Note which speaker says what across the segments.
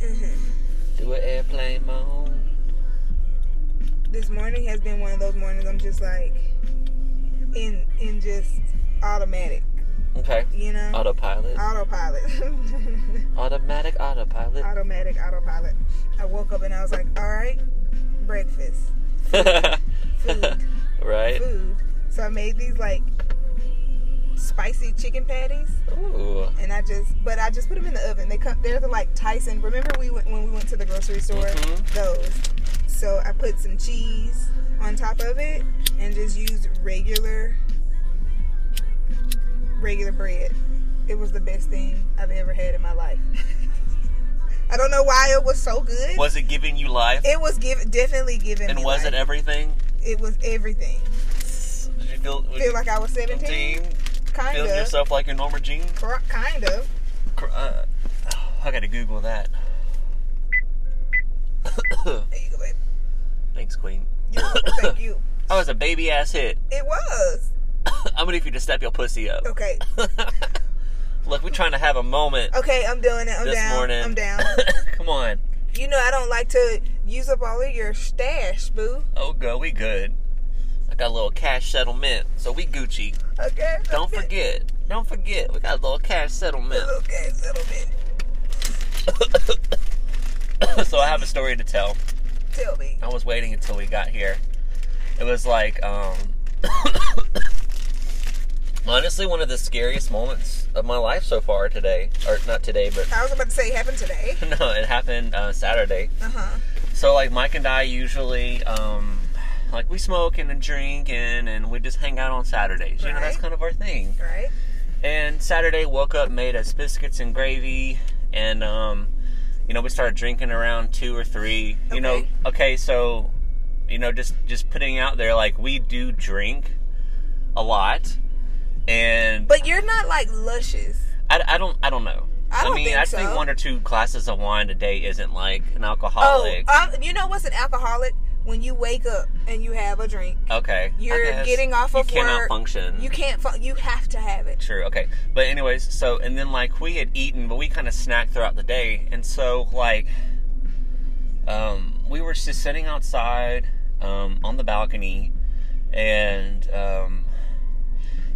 Speaker 1: Mm-hmm. this morning has been one of those mornings I'm just like in in just automatic,
Speaker 2: Okay.
Speaker 1: you know?
Speaker 2: Autopilot.
Speaker 1: autopilot.
Speaker 2: Automatic autopilot.
Speaker 1: automatic autopilot. I woke up and I was like, all right, breakfast, Food.
Speaker 2: right?
Speaker 1: food. So I made these like spicy chicken patties.
Speaker 2: Ooh.
Speaker 1: and I just, but I just put them in the oven. They come, they're the like Tyson. Remember we went when we went to the grocery store?
Speaker 2: Mhm.
Speaker 1: Those. So I put some cheese on top of it and just used regular, regular bread. It was the best thing I've ever had in my life. I don't know why it was so good.
Speaker 2: Was it giving you life?
Speaker 1: it was give, definitely giving.
Speaker 2: and
Speaker 1: me
Speaker 2: was
Speaker 1: life.
Speaker 2: it everything?
Speaker 1: It was everything.
Speaker 2: Did you feel, was
Speaker 1: Feel like I was seventeen, kind
Speaker 2: Feel
Speaker 1: of,
Speaker 2: yourself like your Norma Jean?
Speaker 1: Cor- kind of.
Speaker 2: Cr- Uh, I gotta Google that.
Speaker 1: There you go, babe.
Speaker 2: Thanks, Queen.
Speaker 1: You, thank you.
Speaker 2: That was a baby ass hit.
Speaker 1: It was.
Speaker 2: I'm gonna need you to step your pussy up.
Speaker 1: Okay.
Speaker 2: Look, we're trying to have a moment
Speaker 1: Okay, I'm doing it. I'm
Speaker 2: this
Speaker 1: down.
Speaker 2: morning.
Speaker 1: I'm down.
Speaker 2: Come on.
Speaker 1: you know I don't like to use up all of your stash, boo.
Speaker 2: Oh, go, we good. I got a little cash settlement, so we Gucci.
Speaker 1: Okay.
Speaker 2: Don't forget. Don't forget. We got a little cash settlement.
Speaker 1: Okay, little bit.
Speaker 2: so I have a story to tell.
Speaker 1: Tell me.
Speaker 2: I was waiting until we got here. It was like, um, honestly, one of the scariest moments of my life so far today. Or not today, but
Speaker 1: I was about to say it happened today.
Speaker 2: no, it happened uh, Saturday.
Speaker 1: Uh huh.
Speaker 2: So, like, Mike and I usually, um, like, we smoke and then drink and, and we just hang out on Saturdays. You know, that's
Speaker 1: Right.
Speaker 2: kind of our thing.
Speaker 1: Right.
Speaker 2: And Saturday, woke up, made us biscuits and gravy, and um, you know, we started drinking around two or three. You know,
Speaker 1: Okay.
Speaker 2: okay, so you know, just just putting out there, like we do drink a lot, and
Speaker 1: But you're not like luscious.
Speaker 2: I, I don't I don't know.
Speaker 1: I don't
Speaker 2: mean,
Speaker 1: think
Speaker 2: I think
Speaker 1: so.
Speaker 2: one or two glasses of wine a day isn't like an alcoholic.
Speaker 1: Oh, um, you know what's an alcoholic? When you wake up and you have a drink,
Speaker 2: okay, I
Speaker 1: you're
Speaker 2: guess
Speaker 1: getting off
Speaker 2: you
Speaker 1: of
Speaker 2: cannot
Speaker 1: work.
Speaker 2: function.
Speaker 1: you can't. Fu- you have to have it.
Speaker 2: True. Okay. But anyways, so and then like we had eaten, but we kind of snacked throughout the day, and so like, um, we were just sitting outside, um, on the balcony, and um,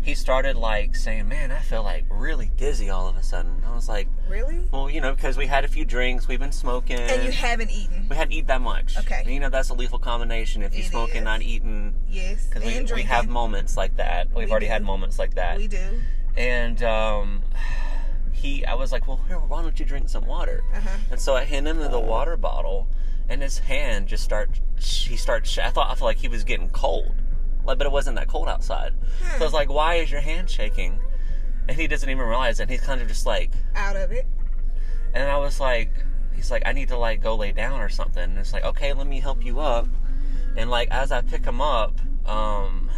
Speaker 2: he started like saying, "Man, I feel like really dizzy all of a sudden." I was like,
Speaker 1: Really?
Speaker 2: "Well, you know, because we had a few drinks, we've been smoking,
Speaker 1: And you haven't eaten.
Speaker 2: we hadn't eat that much.
Speaker 1: Okay.
Speaker 2: And, you know, that's a lethal combination if you
Speaker 1: It
Speaker 2: smoke
Speaker 1: is.
Speaker 2: and not eating."
Speaker 1: Yes. And
Speaker 2: Because we,
Speaker 1: drinking.
Speaker 2: we have moments like that. We've
Speaker 1: We
Speaker 2: already
Speaker 1: do.
Speaker 2: had moments like that
Speaker 1: We do.
Speaker 2: and um, he, I was like, well, here, why don't you drink some water?
Speaker 1: Uh huh.
Speaker 2: And so I hand him the water bottle, and his hand just start, he starts. I thought I felt like he was getting cold, like, but it wasn't that cold outside. So I was like, why is your hand shaking? And he doesn't even realize, it. and he's kind of just like,
Speaker 1: Out of it.
Speaker 2: and I was like, he's like, I need to like go lay down or something. And it's like, okay, let me help you up. And like as I pick him up, um,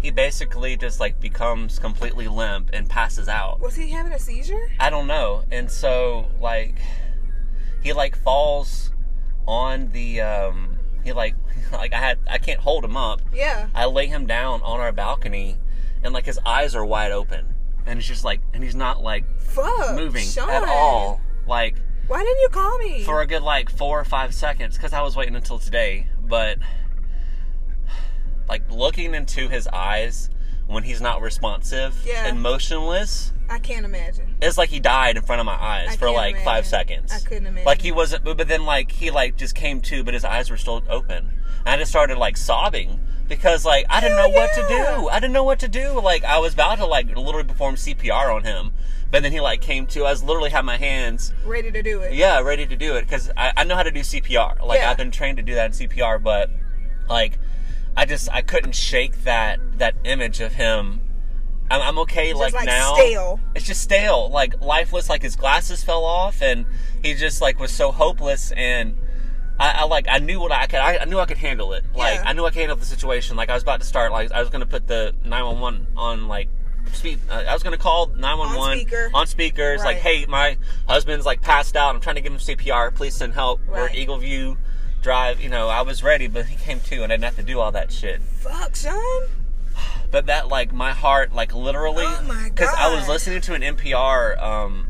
Speaker 2: he basically just like becomes completely limp and passes out.
Speaker 1: Was he having a seizure?
Speaker 2: I don't know. And so like he like falls on the um he like like I had I can't hold him up.
Speaker 1: Yeah.
Speaker 2: I lay him down on our balcony and like his eyes are wide open. And it's just like and he's not like
Speaker 1: Fuck.
Speaker 2: moving
Speaker 1: Uh, Sean,
Speaker 2: at all. Like
Speaker 1: Why didn't you call me?
Speaker 2: for a good like four or five seconds because I was waiting until today. But like looking into his eyes when he's not responsive
Speaker 1: Yeah.
Speaker 2: and motionless,
Speaker 1: I can't imagine.
Speaker 2: it's like he died in front of my eyes
Speaker 1: I
Speaker 2: for
Speaker 1: can't
Speaker 2: like
Speaker 1: imagine.
Speaker 2: five seconds.
Speaker 1: I couldn't imagine.
Speaker 2: Like he wasn't, but but then like he like just came to, but his eyes were still open. And I just started like sobbing because like I didn't
Speaker 1: Hell
Speaker 2: know what to
Speaker 1: yeah.
Speaker 2: do. I didn't know what to do. Like I was about to like literally perform CPR on him, but then he like came to. I was literally had my hands
Speaker 1: ready to do it.
Speaker 2: yeah, ready to do it because I, I know how to do CPR. Like
Speaker 1: Yeah.
Speaker 2: I've been trained to do that in CPR, but like I just I couldn't shake that that image of him. I'm, I'm okay
Speaker 1: Just
Speaker 2: like,
Speaker 1: like
Speaker 2: now.
Speaker 1: stale.
Speaker 2: It's just stale, like lifeless. Like his glasses fell off, and he just like was so hopeless. And I, I like I knew what I could. I, I knew I could handle it. Like
Speaker 1: Yeah.
Speaker 2: I knew I could handle the situation. Like I was about to start. Like I was gonna put the nine one one on like. Speak, uh, I was gonna call nine one one
Speaker 1: speaker.
Speaker 2: on speakers. Like,
Speaker 1: Right.
Speaker 2: hey, hey, my husband's like passed out. I'm trying to give him CPR. Please send help. We're
Speaker 1: Right.
Speaker 2: Eagle View Drive. You know, I was ready, but he came too, and I didn't have to do all that shit.
Speaker 1: Fuck, Sean.
Speaker 2: But that, like, my heart, like, literally,
Speaker 1: Oh my
Speaker 2: I was
Speaker 1: God.
Speaker 2: listening to an NPR um,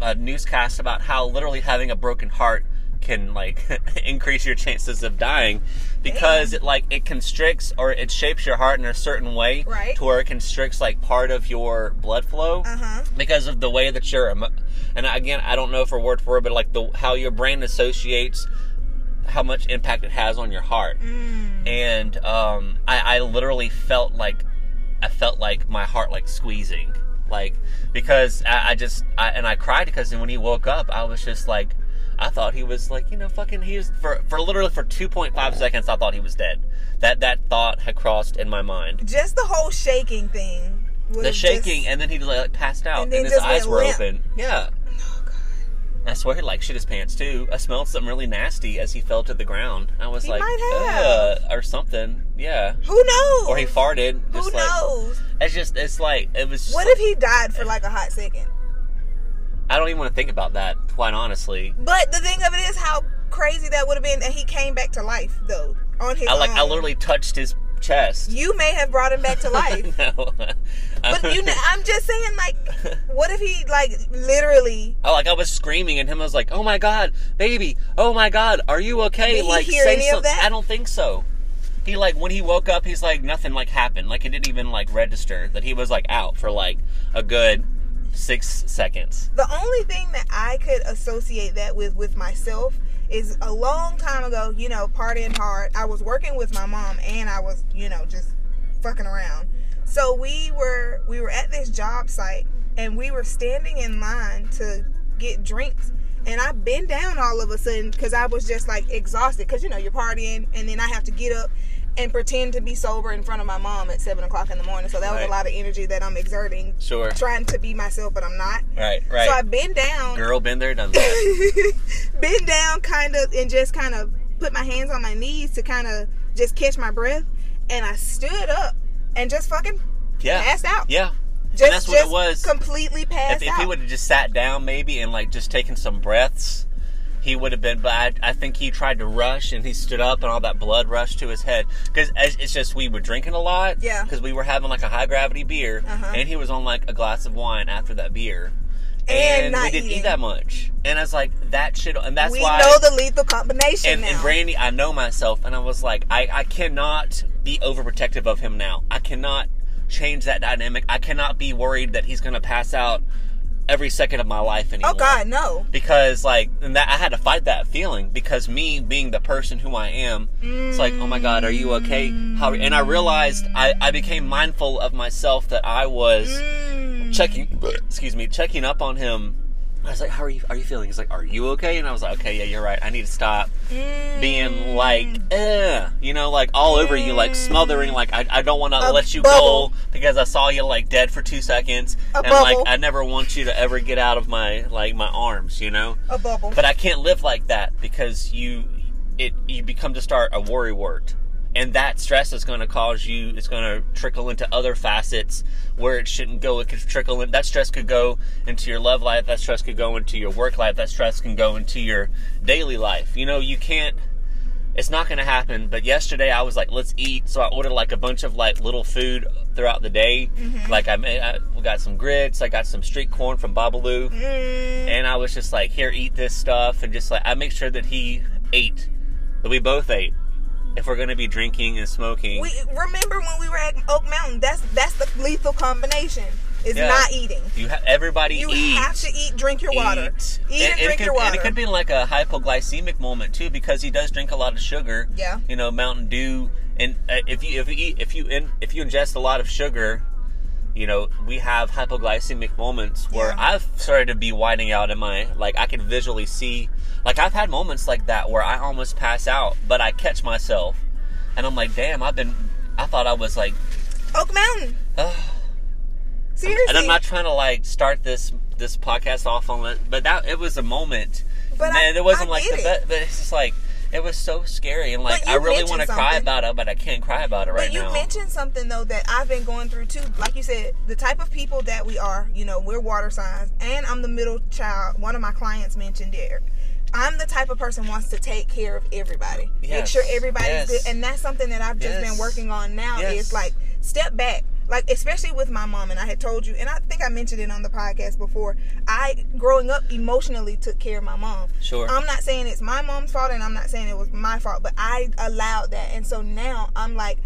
Speaker 2: a newscast about how literally having a broken heart can like increase your chances of dying because it like it constricts or it shapes your heart in a certain way
Speaker 1: Right.
Speaker 2: to where it constricts like part of your blood flow
Speaker 1: Uh huh.
Speaker 2: because of the way that your emo- and again I don't know for word for word but like the how your brain associates how much impact it has on your heart
Speaker 1: Mm.
Speaker 2: and um, I, I literally felt like I felt like my heart like squeezing, like because I, I just I, and I cried because when he woke up, I was just like, I thought he was like you know fucking he was for for literally for two point five seconds I thought he was dead. That that thought had crossed in my mind.
Speaker 1: Just the whole shaking thing. was
Speaker 2: The
Speaker 1: just-
Speaker 2: shaking, and then he like passed out,
Speaker 1: And then
Speaker 2: and, his
Speaker 1: just went
Speaker 2: eyes were
Speaker 1: limp.
Speaker 2: open. Yeah.
Speaker 1: Oh, God.
Speaker 2: I swear he like shit his pants too. I smelled something really nasty as he fell to the ground. I was
Speaker 1: He
Speaker 2: like,
Speaker 1: might have.
Speaker 2: "Ugh," or something. Yeah.
Speaker 1: Who knows?
Speaker 2: Or he farted. Just
Speaker 1: Who
Speaker 2: like,
Speaker 1: knows?
Speaker 2: It's just, it's like, it was just.
Speaker 1: What
Speaker 2: like-
Speaker 1: if he died for like a hot second?
Speaker 2: I don't even want to think about that, quite honestly.
Speaker 1: But the thing of it is how crazy that would have been and he came back to life though. On his
Speaker 2: I like, I
Speaker 1: own.
Speaker 2: literally touched his chest.
Speaker 1: You may have brought him back to life.
Speaker 2: no.
Speaker 1: but you know, I'm just saying like what if he like literally
Speaker 2: I, Oh, like, I was screaming, and him was like, oh my god, baby, oh my god, are you okay?
Speaker 1: Did he
Speaker 2: like,
Speaker 1: hear
Speaker 2: say
Speaker 1: any of
Speaker 2: something.
Speaker 1: that?
Speaker 2: I don't think so. He, like, when he woke up, he's like, nothing, like, happened. Like, it didn't even, like, register that he was, like, out for, like, a good six seconds.
Speaker 1: the only thing that I could associate that with with myself is a long time ago, you know, partying hard. I was working with my mom and I was, you know, just fucking around. So we were we were at this job site and we were standing in line to get drinks and I bend down all of a sudden cuz I was just like exhausted cuz you know, you're partying and then I have to get up and pretend to be sober in front of my mom at seven o'clock in the morning. So that was
Speaker 2: Right.
Speaker 1: a lot of energy that I'm exerting
Speaker 2: Sure.
Speaker 1: trying to be myself, but I'm not.
Speaker 2: Right, right.
Speaker 1: So I bend down,
Speaker 2: Girl, been there, done that.
Speaker 1: bend down, kind of, and just kind of put my hands on my knees to kind of just catch my breath. And I stood up and just fucking
Speaker 2: Yeah.
Speaker 1: passed out.
Speaker 2: Yeah.
Speaker 1: Just,
Speaker 2: that's what it
Speaker 1: just
Speaker 2: was.
Speaker 1: Completely
Speaker 2: if,
Speaker 1: passed
Speaker 2: if
Speaker 1: out.
Speaker 2: he would have just sat down maybe and like just taken some breaths he would have been but I, I think he tried to rush and he stood up and all that blood rushed to his head because it's just we were drinking a lot
Speaker 1: Yeah.
Speaker 2: because we were having like a high gravity beer
Speaker 1: Uh-huh.
Speaker 2: and he was on like a glass of wine after that beer
Speaker 1: And
Speaker 2: we
Speaker 1: not
Speaker 2: didn't
Speaker 1: eating.
Speaker 2: eat that much and i was like that shit and that's
Speaker 1: we
Speaker 2: why
Speaker 1: know the lethal combination
Speaker 2: and,
Speaker 1: now.
Speaker 2: and brandy i know myself and i was like I, I cannot be overprotective of him now i cannot change that dynamic i cannot be worried that he's gonna pass out every second of my life anymore
Speaker 1: oh God, no.
Speaker 2: because like and that i had to fight that feeling because me being the person who i am it's like oh my god are you okay how and i realized i, I became mindful of myself that i was
Speaker 1: Mm.
Speaker 2: checking excuse me checking up on him i was like how are you are you feeling he's like are you okay and i was like okay yeah you're right i need to stop
Speaker 1: Mm.
Speaker 2: being like eh, you know like all over you like smothering like i, I don't want to
Speaker 1: A
Speaker 2: let you
Speaker 1: bubble.
Speaker 2: go because i saw you like dead for two seconds
Speaker 1: A
Speaker 2: and
Speaker 1: bubble.
Speaker 2: like i never want you to ever get out of my like my arms you know
Speaker 1: a bubble.
Speaker 2: but i can't live like that because you it you become to start a worry wart and that stress is going to cause you it's going to trickle into other facets where it shouldn't go it could trickle in that stress could go into your love life that stress could go into your work life that stress can go into your daily life you know you can't it's not going to happen but yesterday i was like let's eat so i ordered like a bunch of like little food throughout the day like i made i we got some grits i got some street corn from babalu
Speaker 1: Mm.
Speaker 2: and I was just like, here, eat this stuff, and just like I make sure that he ate, that we both ate, if we're gonna be drinking and smoking.
Speaker 1: we remember when we were at Oak Mountain. That's that's the lethal combination. Is
Speaker 2: Yeah.
Speaker 1: not eating.
Speaker 2: you ha- everybody
Speaker 1: You
Speaker 2: eat.
Speaker 1: have to eat, drink your water.
Speaker 2: Eat,
Speaker 1: Eat and,
Speaker 2: it
Speaker 1: drink
Speaker 2: could,
Speaker 1: your water.
Speaker 2: And it could be like a hypoglycemic moment too, because he does drink a lot of sugar.
Speaker 1: Yeah.
Speaker 2: You know, Mountain Dew, and uh, if you if you eat, if you in, if you ingest a lot of sugar, you know, we have hypoglycemic moments where
Speaker 1: Yeah.
Speaker 2: I've started to be whiting out in my like I can visually see, like I've had moments like that where I almost pass out, but I catch myself, and I'm like, damn, I've been, I thought I was like.
Speaker 1: Oak Mountain.
Speaker 2: Ugh.
Speaker 1: Seriously.
Speaker 2: And I'm not trying to like start this this podcast off on it, but that it was a moment.
Speaker 1: But I-
Speaker 2: and it wasn't
Speaker 1: I
Speaker 2: like the
Speaker 1: get
Speaker 2: best, but it's just like it was so scary and like
Speaker 1: But
Speaker 2: I
Speaker 1: you
Speaker 2: really
Speaker 1: mentioned
Speaker 2: want to cry
Speaker 1: something.
Speaker 2: about it, but I can't cry about it right
Speaker 1: but you
Speaker 2: now.
Speaker 1: mentioned something though that I've been going through too. Like you said, the type of people that we are, you know, we're water signs, and I'm the middle child. One of my clients mentioned it. I'm the type of person wants to take care of everybody, make
Speaker 2: Yes.
Speaker 1: sure everybody's
Speaker 2: Yes.
Speaker 1: good, and that's something that I've just
Speaker 2: Yes.
Speaker 1: been working on now.
Speaker 2: Yes.
Speaker 1: Is like step back. like especially with my mom and I had told you and I think I mentioned it on the podcast before. I growing up emotionally took care of my mom.
Speaker 2: Sure.
Speaker 1: I'm not saying it's my mom's fault and I'm not saying it was my fault, but I allowed that. And so now I'm like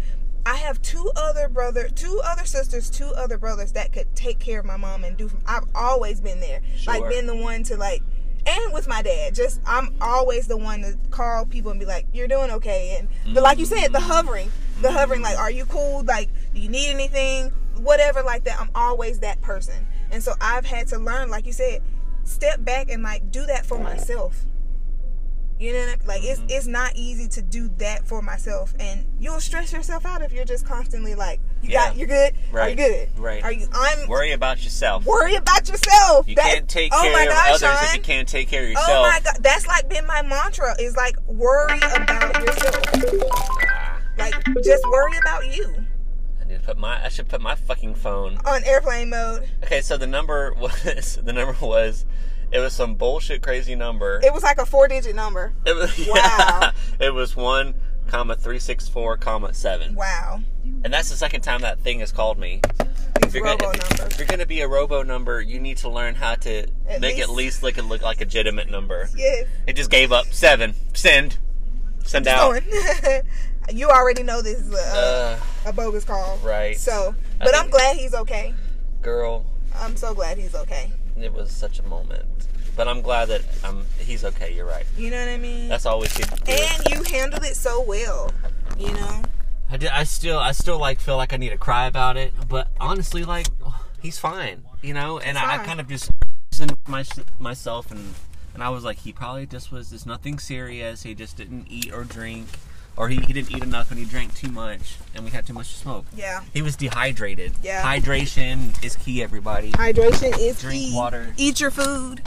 Speaker 1: I have two other brother, two other sisters, two other brothers that could take care of my mom and do I've always been there. Like
Speaker 2: Sure.
Speaker 1: been the one to like and with my dad, just I'm always the one to call people and be like, "You're doing okay." And but like you said,
Speaker 2: Mm-hmm.
Speaker 1: the hovering, the hovering, like, "Are you cool? Like, do you need anything? Whatever, like that." I'm always that person, and so I've had to learn, like you said, step back and like do that for myself. You know, what I mean? like it's it's not easy to do that for myself, and you'll stress yourself out if you're just constantly like, "You
Speaker 2: Yeah.
Speaker 1: got, you're good, are you
Speaker 2: Right.
Speaker 1: good,
Speaker 2: Right.
Speaker 1: Are you? I'm
Speaker 2: Worry about yourself.
Speaker 1: worry about yourself.
Speaker 2: You
Speaker 1: That-
Speaker 2: can't take
Speaker 1: oh
Speaker 2: care
Speaker 1: my
Speaker 2: of
Speaker 1: God,
Speaker 2: others
Speaker 1: Sean.
Speaker 2: if you can't take care of yourself.
Speaker 1: Oh my god, that's like been my mantra is like worry about yourself. Like just worry about you
Speaker 2: I need to put my I should put my fucking phone.
Speaker 1: on airplane mode.
Speaker 2: Okay, so the number was the number was it was some bullshit crazy number.
Speaker 1: It was like a four digit number.
Speaker 2: It was
Speaker 1: Wow.
Speaker 2: it was one comma three six four comma seven.
Speaker 1: Wow.
Speaker 2: And that's the second time that thing has called me.
Speaker 1: These
Speaker 2: you're
Speaker 1: robo
Speaker 2: gonna, if- If
Speaker 1: numbers.
Speaker 2: you're gonna be a robo number, you need to learn how to
Speaker 1: At
Speaker 2: make at
Speaker 1: least-
Speaker 2: least look look like a legitimate number.
Speaker 1: Yes.
Speaker 2: It just gave up seven. Send. Send out.
Speaker 1: Going. you already know this is a,
Speaker 2: Uh,
Speaker 1: a bogus call.
Speaker 2: right.
Speaker 1: So
Speaker 2: I
Speaker 1: but I'm
Speaker 2: think-
Speaker 1: glad he's okay.
Speaker 2: girl,
Speaker 1: I'm so glad he's okay.
Speaker 2: it was such a moment. But I'm glad that um he's okay. You're right.
Speaker 1: You know what I mean?
Speaker 2: That's all we could do.
Speaker 1: and you handled it so well. You know?
Speaker 2: I, did, I still I still like feel like I need to cry about it, but honestly, like he's fine, you know. And I, I
Speaker 1: fine.
Speaker 2: kind of just reasoned my, myself and and I was like, he probably just was just nothing serious. He just didn't eat or drink, or he, he didn't eat enough and he drank too much, and we had too much to smoke.
Speaker 1: Yeah.
Speaker 2: He was dehydrated.
Speaker 1: Yeah.
Speaker 2: Hydration is key, everybody.
Speaker 1: Hydration is
Speaker 2: Drink
Speaker 1: key.
Speaker 2: water.
Speaker 1: Eat your food.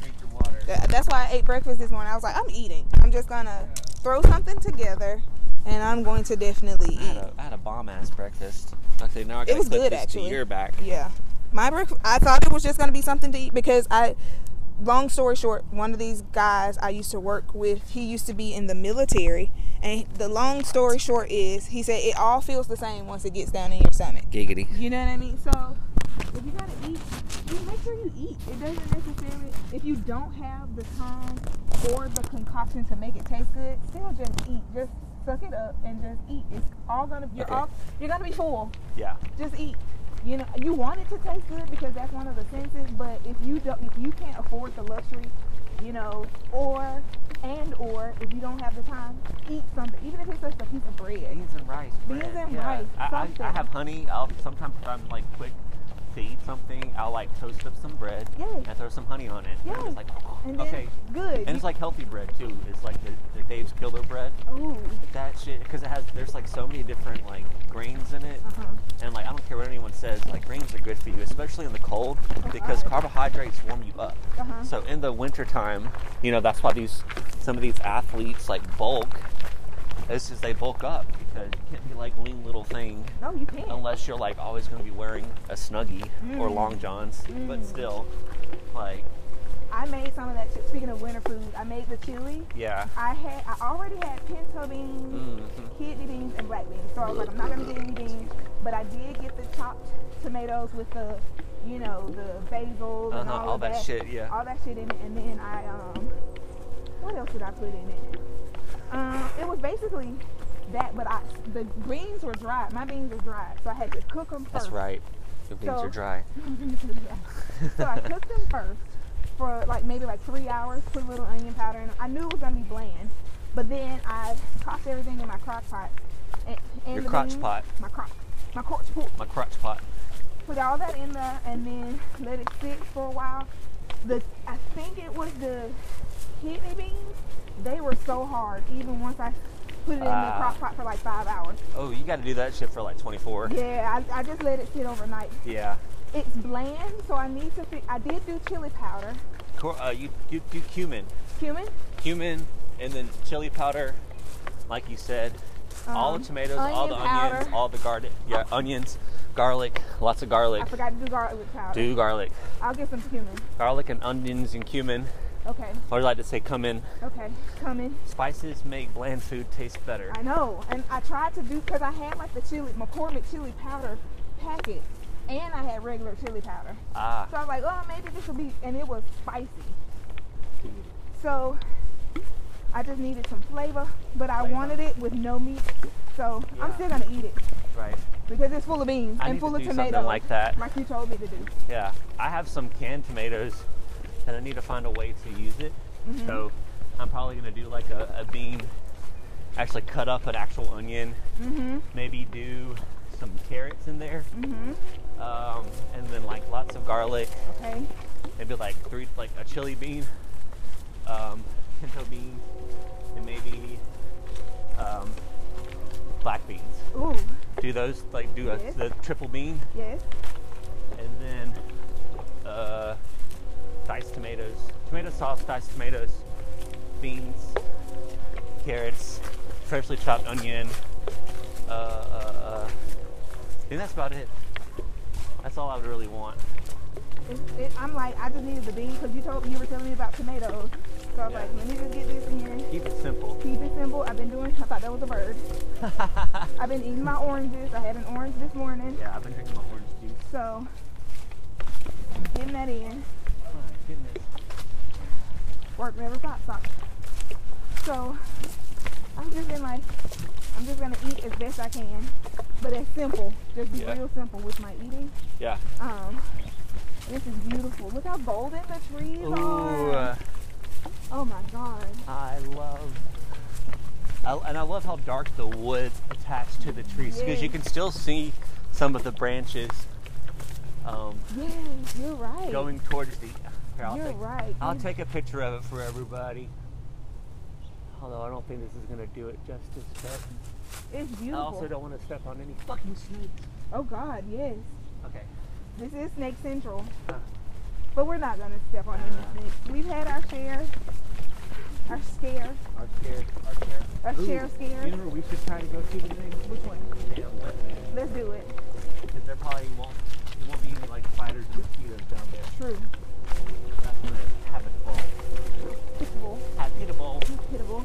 Speaker 2: Drink your water.
Speaker 1: That- That's why I ate breakfast this morning. I was like, I'm eating. I'm just gonna throw something together, and I'm going to definitely
Speaker 2: I had
Speaker 1: eat.
Speaker 2: a, I had a bomb ass breakfast. Okay, now I gotta
Speaker 1: was
Speaker 2: clip
Speaker 1: good,
Speaker 2: this
Speaker 1: actually.
Speaker 2: to your back.
Speaker 1: Yeah, my breakfast. I thought it was just gonna be something to eat because I. Long story short, one of these guys I used to work with, he used to be in the military, and the long story short is, he said it all feels the same once it gets down in your stomach.
Speaker 2: Giggity.
Speaker 1: You know what I mean? So if you gotta eat, you make sure you eat. It doesn't necessarily if you don't have the time or the concoction to make it taste good, still just eat. Just suck it up and just eat. It's all gonna you're
Speaker 2: Okay.
Speaker 1: all you're gonna be full.
Speaker 2: Yeah.
Speaker 1: Just eat. You know, you want it to taste good because that's one of the senses, but if you don't if you can't afford the luxury, you know, or and or if you don't have the time, eat something. Even if it's just a piece of bread.
Speaker 2: Beans and rice.
Speaker 1: Beans
Speaker 2: bread,
Speaker 1: and
Speaker 2: yeah.
Speaker 1: rice,
Speaker 2: I, I, I
Speaker 1: something.
Speaker 2: have honey. I'll sometimes if I'm like quick to eat something, I'll like toast up some bread
Speaker 1: Yes.
Speaker 2: and throw some honey on it. And
Speaker 1: Yes.
Speaker 2: it's like, oh,
Speaker 1: And then
Speaker 2: okay.
Speaker 1: good.
Speaker 2: And it's like healthy bread too. It's like the, the Dave's Killer bread.
Speaker 1: Ooh.
Speaker 2: That shit, because it has there's like so many different like grains in it,
Speaker 1: Uh-huh.
Speaker 2: and like I don't care what anyone says, like grains are good for you, especially in the cold, because
Speaker 1: God.
Speaker 2: carbohydrates warm you up.
Speaker 1: Uh-huh.
Speaker 2: So in the wintertime, you know, that's why these some of these athletes like bulk. It's just they bulk up because you can't be like lean little thing
Speaker 1: No, you can't.
Speaker 2: unless you're like always going to be wearing a snuggie or
Speaker 1: Mm.
Speaker 2: long johns. But still, like
Speaker 1: I made some of that. Shit. Speaking of winter food, I made the chili.
Speaker 2: yeah,
Speaker 1: I had I already had pinto beans,
Speaker 2: Mhm.
Speaker 1: kidney beans, and black beans. So I was like, I'm not gonna do any beans, but I did get the chopped tomatoes with the, you know, the basil and
Speaker 2: Uh-huh,
Speaker 1: all,
Speaker 2: all
Speaker 1: of
Speaker 2: that
Speaker 1: that
Speaker 2: shit, yeah.
Speaker 1: all that shit in it. And then I um, what else did I put in it? Um, it was basically that, but I the beans were dried. My beans were dried, so I had to cook them first.
Speaker 2: that's right. Your beans
Speaker 1: So-
Speaker 2: are dry.
Speaker 1: so I cooked them first for like maybe like three hours, put a little onion powder in them. I knew it was gonna be bland, but then I tossed everything in my crock pot. And, and
Speaker 2: Your
Speaker 1: the
Speaker 2: crotch
Speaker 1: beans-
Speaker 2: pot.
Speaker 1: My crock. My crotch pot.
Speaker 2: My crotch pot.
Speaker 1: Put all that in there and then let it sit for a while. The I think it was the kidney beans. They were so hard, even once I put it in the
Speaker 2: Ah.
Speaker 1: crock pot for like five hours.
Speaker 2: Oh, you got to do that shit for like 24.
Speaker 1: Yeah, I, I just let it sit overnight.
Speaker 2: Yeah.
Speaker 1: It's bland, so I need to. Fi- I did do chili powder,
Speaker 2: Cor- Uh, you, you do cumin,
Speaker 1: cumin,
Speaker 2: cumin, and then chili powder, like you said. all
Speaker 1: Um,
Speaker 2: the tomatoes, all the
Speaker 1: onion
Speaker 2: onions,
Speaker 1: powder.
Speaker 2: all the garlic. Yeah, onions, garlic, lots of garlic.
Speaker 1: I forgot to do garlic powder.
Speaker 2: Do garlic,
Speaker 1: I'll get some cumin.
Speaker 2: garlic and onions and cumin,
Speaker 1: Okay.
Speaker 2: Or as I like to say, come in.
Speaker 1: Okay. Coming.
Speaker 2: Spices make bland food taste better.
Speaker 1: I know. And I tried to do because I had like the chili, McCormick chili powder packet, and I had regular chili powder.
Speaker 2: Ah,
Speaker 1: So I was like, oh, maybe this will be, and it was spicy. So I just needed some flavor, but I
Speaker 2: Flavor.
Speaker 1: wanted it with no meat. So I'm
Speaker 2: Yeah.
Speaker 1: still gonna eat it
Speaker 2: right.
Speaker 1: because it's full of beans
Speaker 2: I
Speaker 1: and
Speaker 2: need
Speaker 1: full
Speaker 2: to
Speaker 1: of
Speaker 2: do
Speaker 1: tomatoes.
Speaker 2: something like that.
Speaker 1: Like you told me to do.
Speaker 2: Yeah, I have some canned tomatoes, and I need to find a way to use it.
Speaker 1: Mm-hmm.
Speaker 2: So I'm probably gonna do like a, a bean, actually cut up an actual onion,
Speaker 1: Mm-hmm.
Speaker 2: maybe do some carrots in there,
Speaker 1: Mm-hmm.
Speaker 2: um, and then like lots of garlic,
Speaker 1: Okay.
Speaker 2: maybe like three, like a chili bean, um, pinto beans, and maybe um, black beans.
Speaker 1: Ooh.
Speaker 2: Do those like do a,
Speaker 1: Yes.
Speaker 2: the triple bean,
Speaker 1: Yes.
Speaker 2: and then uh, diced tomatoes, tomato sauce, diced tomatoes, beans, carrots, freshly chopped onion. Uh, uh, uh, I think that's about it. That's all I would really want.
Speaker 1: It, it, I'm like, I just needed the beans because you told me you were telling me about tomatoes. So I was
Speaker 2: Yeah.
Speaker 1: like, let me just get this in here.
Speaker 2: Keep it simple.
Speaker 1: Keep it simple. I've been doing. I thought that was a bird.
Speaker 2: yeah,
Speaker 1: I've been eating my oranges. I had an orange this morning.
Speaker 2: I've been drinking my orange juice.
Speaker 1: So getting that in.
Speaker 2: My goodness.
Speaker 1: Work never stops. Doc. So I've just been like, I'm just gonna eat as best I can, but it's simple. Just be
Speaker 2: Yeah.
Speaker 1: real simple with my eating.
Speaker 2: Yeah.
Speaker 1: Um, this is beautiful. Look how golden the trees
Speaker 2: Ooh,
Speaker 1: are.
Speaker 2: uh,
Speaker 1: Oh my god.
Speaker 2: I love. I, and I love how dark the wood attached to the trees because you
Speaker 1: Yes.
Speaker 2: can still see some of the branches um,
Speaker 1: Yes, you're right.
Speaker 2: going towards the. Here, I'll,
Speaker 1: you're
Speaker 2: take,
Speaker 1: right.
Speaker 2: I'll
Speaker 1: You-
Speaker 2: take a picture of it for everybody. Although I don't think this is gonna do it justice, but
Speaker 1: It's
Speaker 2: I
Speaker 1: beautiful.
Speaker 2: also don't want to step on any fucking snakes.
Speaker 1: Oh God, yes.
Speaker 2: Okay.
Speaker 1: This is Snake Central,
Speaker 2: Huh.
Speaker 1: but we're not gonna step on any snakes. We've had our share, our scare,
Speaker 2: Our chair. Our chair.
Speaker 1: our share of scares.
Speaker 2: You know where we should try to go to today?
Speaker 1: Which one?
Speaker 2: Damn wetland.
Speaker 1: Let's do it.
Speaker 2: Because there probably won't, there won't be any like spiders and mosquitoes down there.
Speaker 1: True.
Speaker 2: That's when it's habitable.
Speaker 1: Pitbull.
Speaker 2: Habitable.
Speaker 1: It's hittable.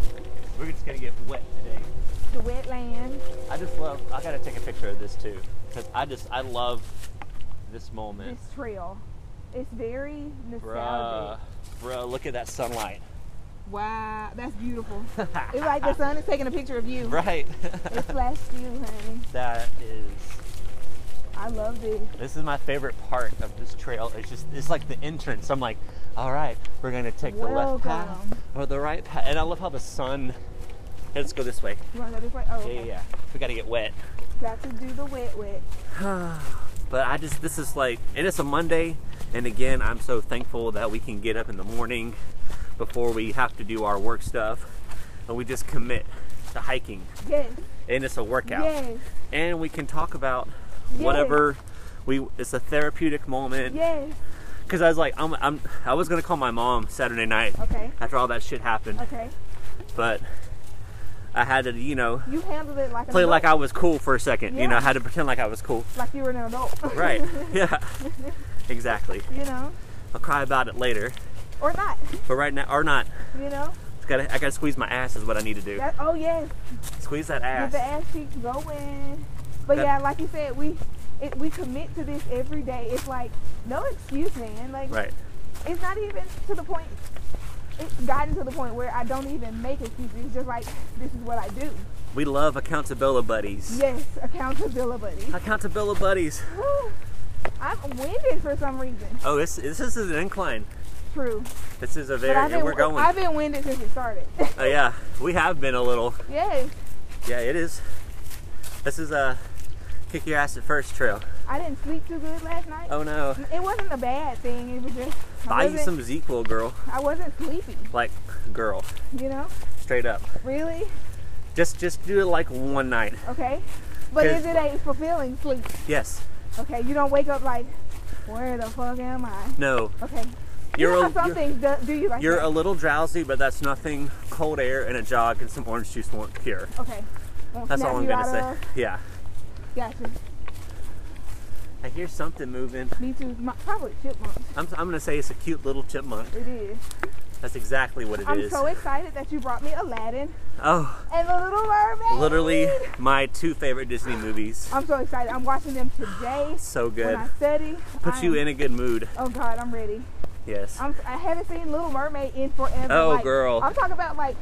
Speaker 2: We're just gonna get wet today.
Speaker 1: The wetland.
Speaker 2: I just love. I gotta take a picture of this too, because I just I love this moment.
Speaker 1: This trail. It's very
Speaker 2: Bruh,
Speaker 1: nostalgic.
Speaker 2: bruh, look at that sunlight.
Speaker 1: Wow, that's beautiful. it's like
Speaker 2: Ah.
Speaker 1: the sun is taking a picture of you.
Speaker 2: Right.
Speaker 1: It flashed you, honey.
Speaker 2: that is.
Speaker 1: I love this.
Speaker 2: This is my favorite part of this trail. It's just it's like the entrance. I'm like, all right, we're gonna take the left path
Speaker 1: Welcome.
Speaker 2: or the right path, and I love how the sun. Hey, let's go this way.
Speaker 1: You wanna go this way? Oh,
Speaker 2: Yeah,
Speaker 1: okay.
Speaker 2: yeah, yeah. We gotta get wet.
Speaker 1: Got to do the wet, wet.
Speaker 2: but I just this is like and it's a Monday, and again I'm so thankful that we can get up in the morning before we have to do our work stuff, and we just commit to hiking,
Speaker 1: Yes.
Speaker 2: and it's a workout,
Speaker 1: Yes.
Speaker 2: and we can talk about
Speaker 1: Yes.
Speaker 2: whatever. We, it's a therapeutic moment.
Speaker 1: Yes.
Speaker 2: Cause I was like, I'm, I'm, I was gonna call my mom Saturday night
Speaker 1: Okay.
Speaker 2: after all that shit happened,
Speaker 1: Okay.
Speaker 2: but I had to, you know,
Speaker 1: You handled it like an
Speaker 2: play
Speaker 1: adult,
Speaker 2: like I was cool for a second. You know,
Speaker 1: Yeah.
Speaker 2: I had to pretend like I was cool.
Speaker 1: like you were an adult.
Speaker 2: Right. yeah. Exactly.
Speaker 1: you know,
Speaker 2: I'll cry about it later,
Speaker 1: or not.
Speaker 2: but right now, or not.
Speaker 1: You know.
Speaker 2: It's gotta, I gotta squeeze my ass is what I need to do.
Speaker 1: That, oh yes.
Speaker 2: Squeeze that
Speaker 1: Get
Speaker 2: ass.
Speaker 1: the ass cheeks going. But
Speaker 2: That-
Speaker 1: yeah, like you said, we it, we commit to this every day. It's like no excuse, man. Like
Speaker 2: Right.
Speaker 1: it's not even to the point. It's gotten to the point where I don't even make excuses. It's just like this is what I do.
Speaker 2: We love accountability buddies.
Speaker 1: Yes, accountability buddy.
Speaker 2: Accountability buddies.
Speaker 1: Woo. I'm winded for some reason.
Speaker 2: Oh, this, this is an incline.
Speaker 1: True.
Speaker 2: This is a
Speaker 1: But I've
Speaker 2: very,
Speaker 1: been,
Speaker 2: we're going.
Speaker 1: I've been winded since it started.
Speaker 2: Oh yeah, we have been a little.
Speaker 1: yes.
Speaker 2: Yeah, it is. This is a kick your ass at first trail.
Speaker 1: I didn't sleep too good last night.
Speaker 2: Oh no.
Speaker 1: It wasn't a bad thing. It was just I
Speaker 2: Buy you
Speaker 1: wasn't,
Speaker 2: some ZQL, girl.
Speaker 1: I wasn't sleepy.
Speaker 2: Like, girl,
Speaker 1: You know,
Speaker 2: straight up.
Speaker 1: really.
Speaker 2: Just, just do it like one night.
Speaker 1: Okay. But
Speaker 2: Good.
Speaker 1: is it a fulfilling sleep?
Speaker 2: Yes.
Speaker 1: Okay, you don't wake up like, where the fuck am I?
Speaker 2: No.
Speaker 1: Okay.
Speaker 2: You're
Speaker 1: you know
Speaker 2: a-
Speaker 1: how some
Speaker 2: you're-
Speaker 1: things do, do you like
Speaker 2: You're a
Speaker 1: that?
Speaker 2: little drowsy, but that's nothing. Cold air and a jog and some orange juice won't cure.
Speaker 1: okay. Won't
Speaker 2: That's
Speaker 1: snap
Speaker 2: all I'm
Speaker 1: you out
Speaker 2: gonna say.
Speaker 1: of-
Speaker 2: Yeah.
Speaker 1: Gotcha.
Speaker 2: I hear something moving.
Speaker 1: Me too. My, probably chipmunks.
Speaker 2: I'm, I'm gonna say it's a cute little chipmunk.
Speaker 1: It is.
Speaker 2: That's exactly what it
Speaker 1: I'm
Speaker 2: is.
Speaker 1: so excited that you brought me Aladdin
Speaker 2: oh,
Speaker 1: and The Little Mermaid.
Speaker 2: literally my two favorite Disney movies.
Speaker 1: I'm so excited. I'm watching them today.
Speaker 2: So
Speaker 1: When
Speaker 2: good.
Speaker 1: I study,
Speaker 2: Puts
Speaker 1: I
Speaker 2: you
Speaker 1: am-
Speaker 2: in a good mood.
Speaker 1: Oh God, I'm ready.
Speaker 2: Yes.
Speaker 1: I'm, I haven't seen Little Mermaid in forever.
Speaker 2: Oh,
Speaker 1: like,
Speaker 2: girl.
Speaker 1: I'm talking about like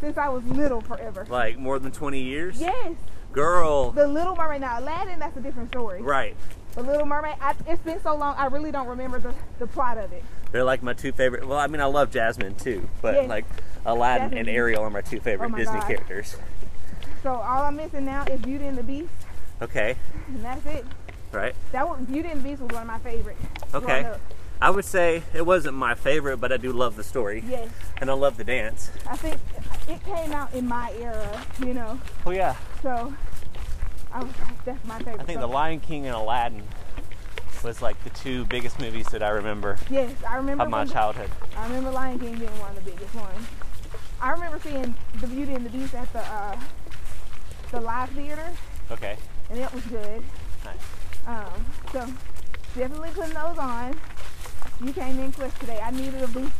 Speaker 1: since I was little, forever.
Speaker 2: Like more than 20 years?
Speaker 1: Yes,
Speaker 2: Girl.
Speaker 1: the Little Mermaid. Now Aladdin, that's a different story.
Speaker 2: Right.
Speaker 1: The Little Mermaid. I, it's been so long, I really don't remember the, the plot of it.
Speaker 2: They're like my two favorite. Well, I mean, I love Jasmine too, but
Speaker 1: Yes.
Speaker 2: like Aladdin and
Speaker 1: Jasmine.
Speaker 2: Ariel are my two favorite
Speaker 1: Oh my
Speaker 2: Disney
Speaker 1: God.
Speaker 2: characters.
Speaker 1: So all I'm missing now is Beauty and the Beast,
Speaker 2: Okay.
Speaker 1: and that's it.
Speaker 2: Right.
Speaker 1: That was Beauty and the Beast was one of my favorites. growing
Speaker 2: Okay.
Speaker 1: up.
Speaker 2: I would say it wasn't my favorite, but I do love the story
Speaker 1: Yes,
Speaker 2: and I love the dance.
Speaker 1: I think it came out in my era. You know,
Speaker 2: Oh yeah.
Speaker 1: so I was like, that's my favorite.
Speaker 2: I think
Speaker 1: So-
Speaker 2: The Lion King and Aladdin was like the two biggest movies that I remember
Speaker 1: Yes, I remember.
Speaker 2: of my
Speaker 1: when-
Speaker 2: childhood.
Speaker 1: I remember Lion King being one of the biggest ones. I remember seeing The Beauty and the Beast at the uh, the live theater,
Speaker 2: Okay.
Speaker 1: and it was good.
Speaker 2: Nice.
Speaker 1: Um, so definitely putting those on. You came in clutch today. I needed a boost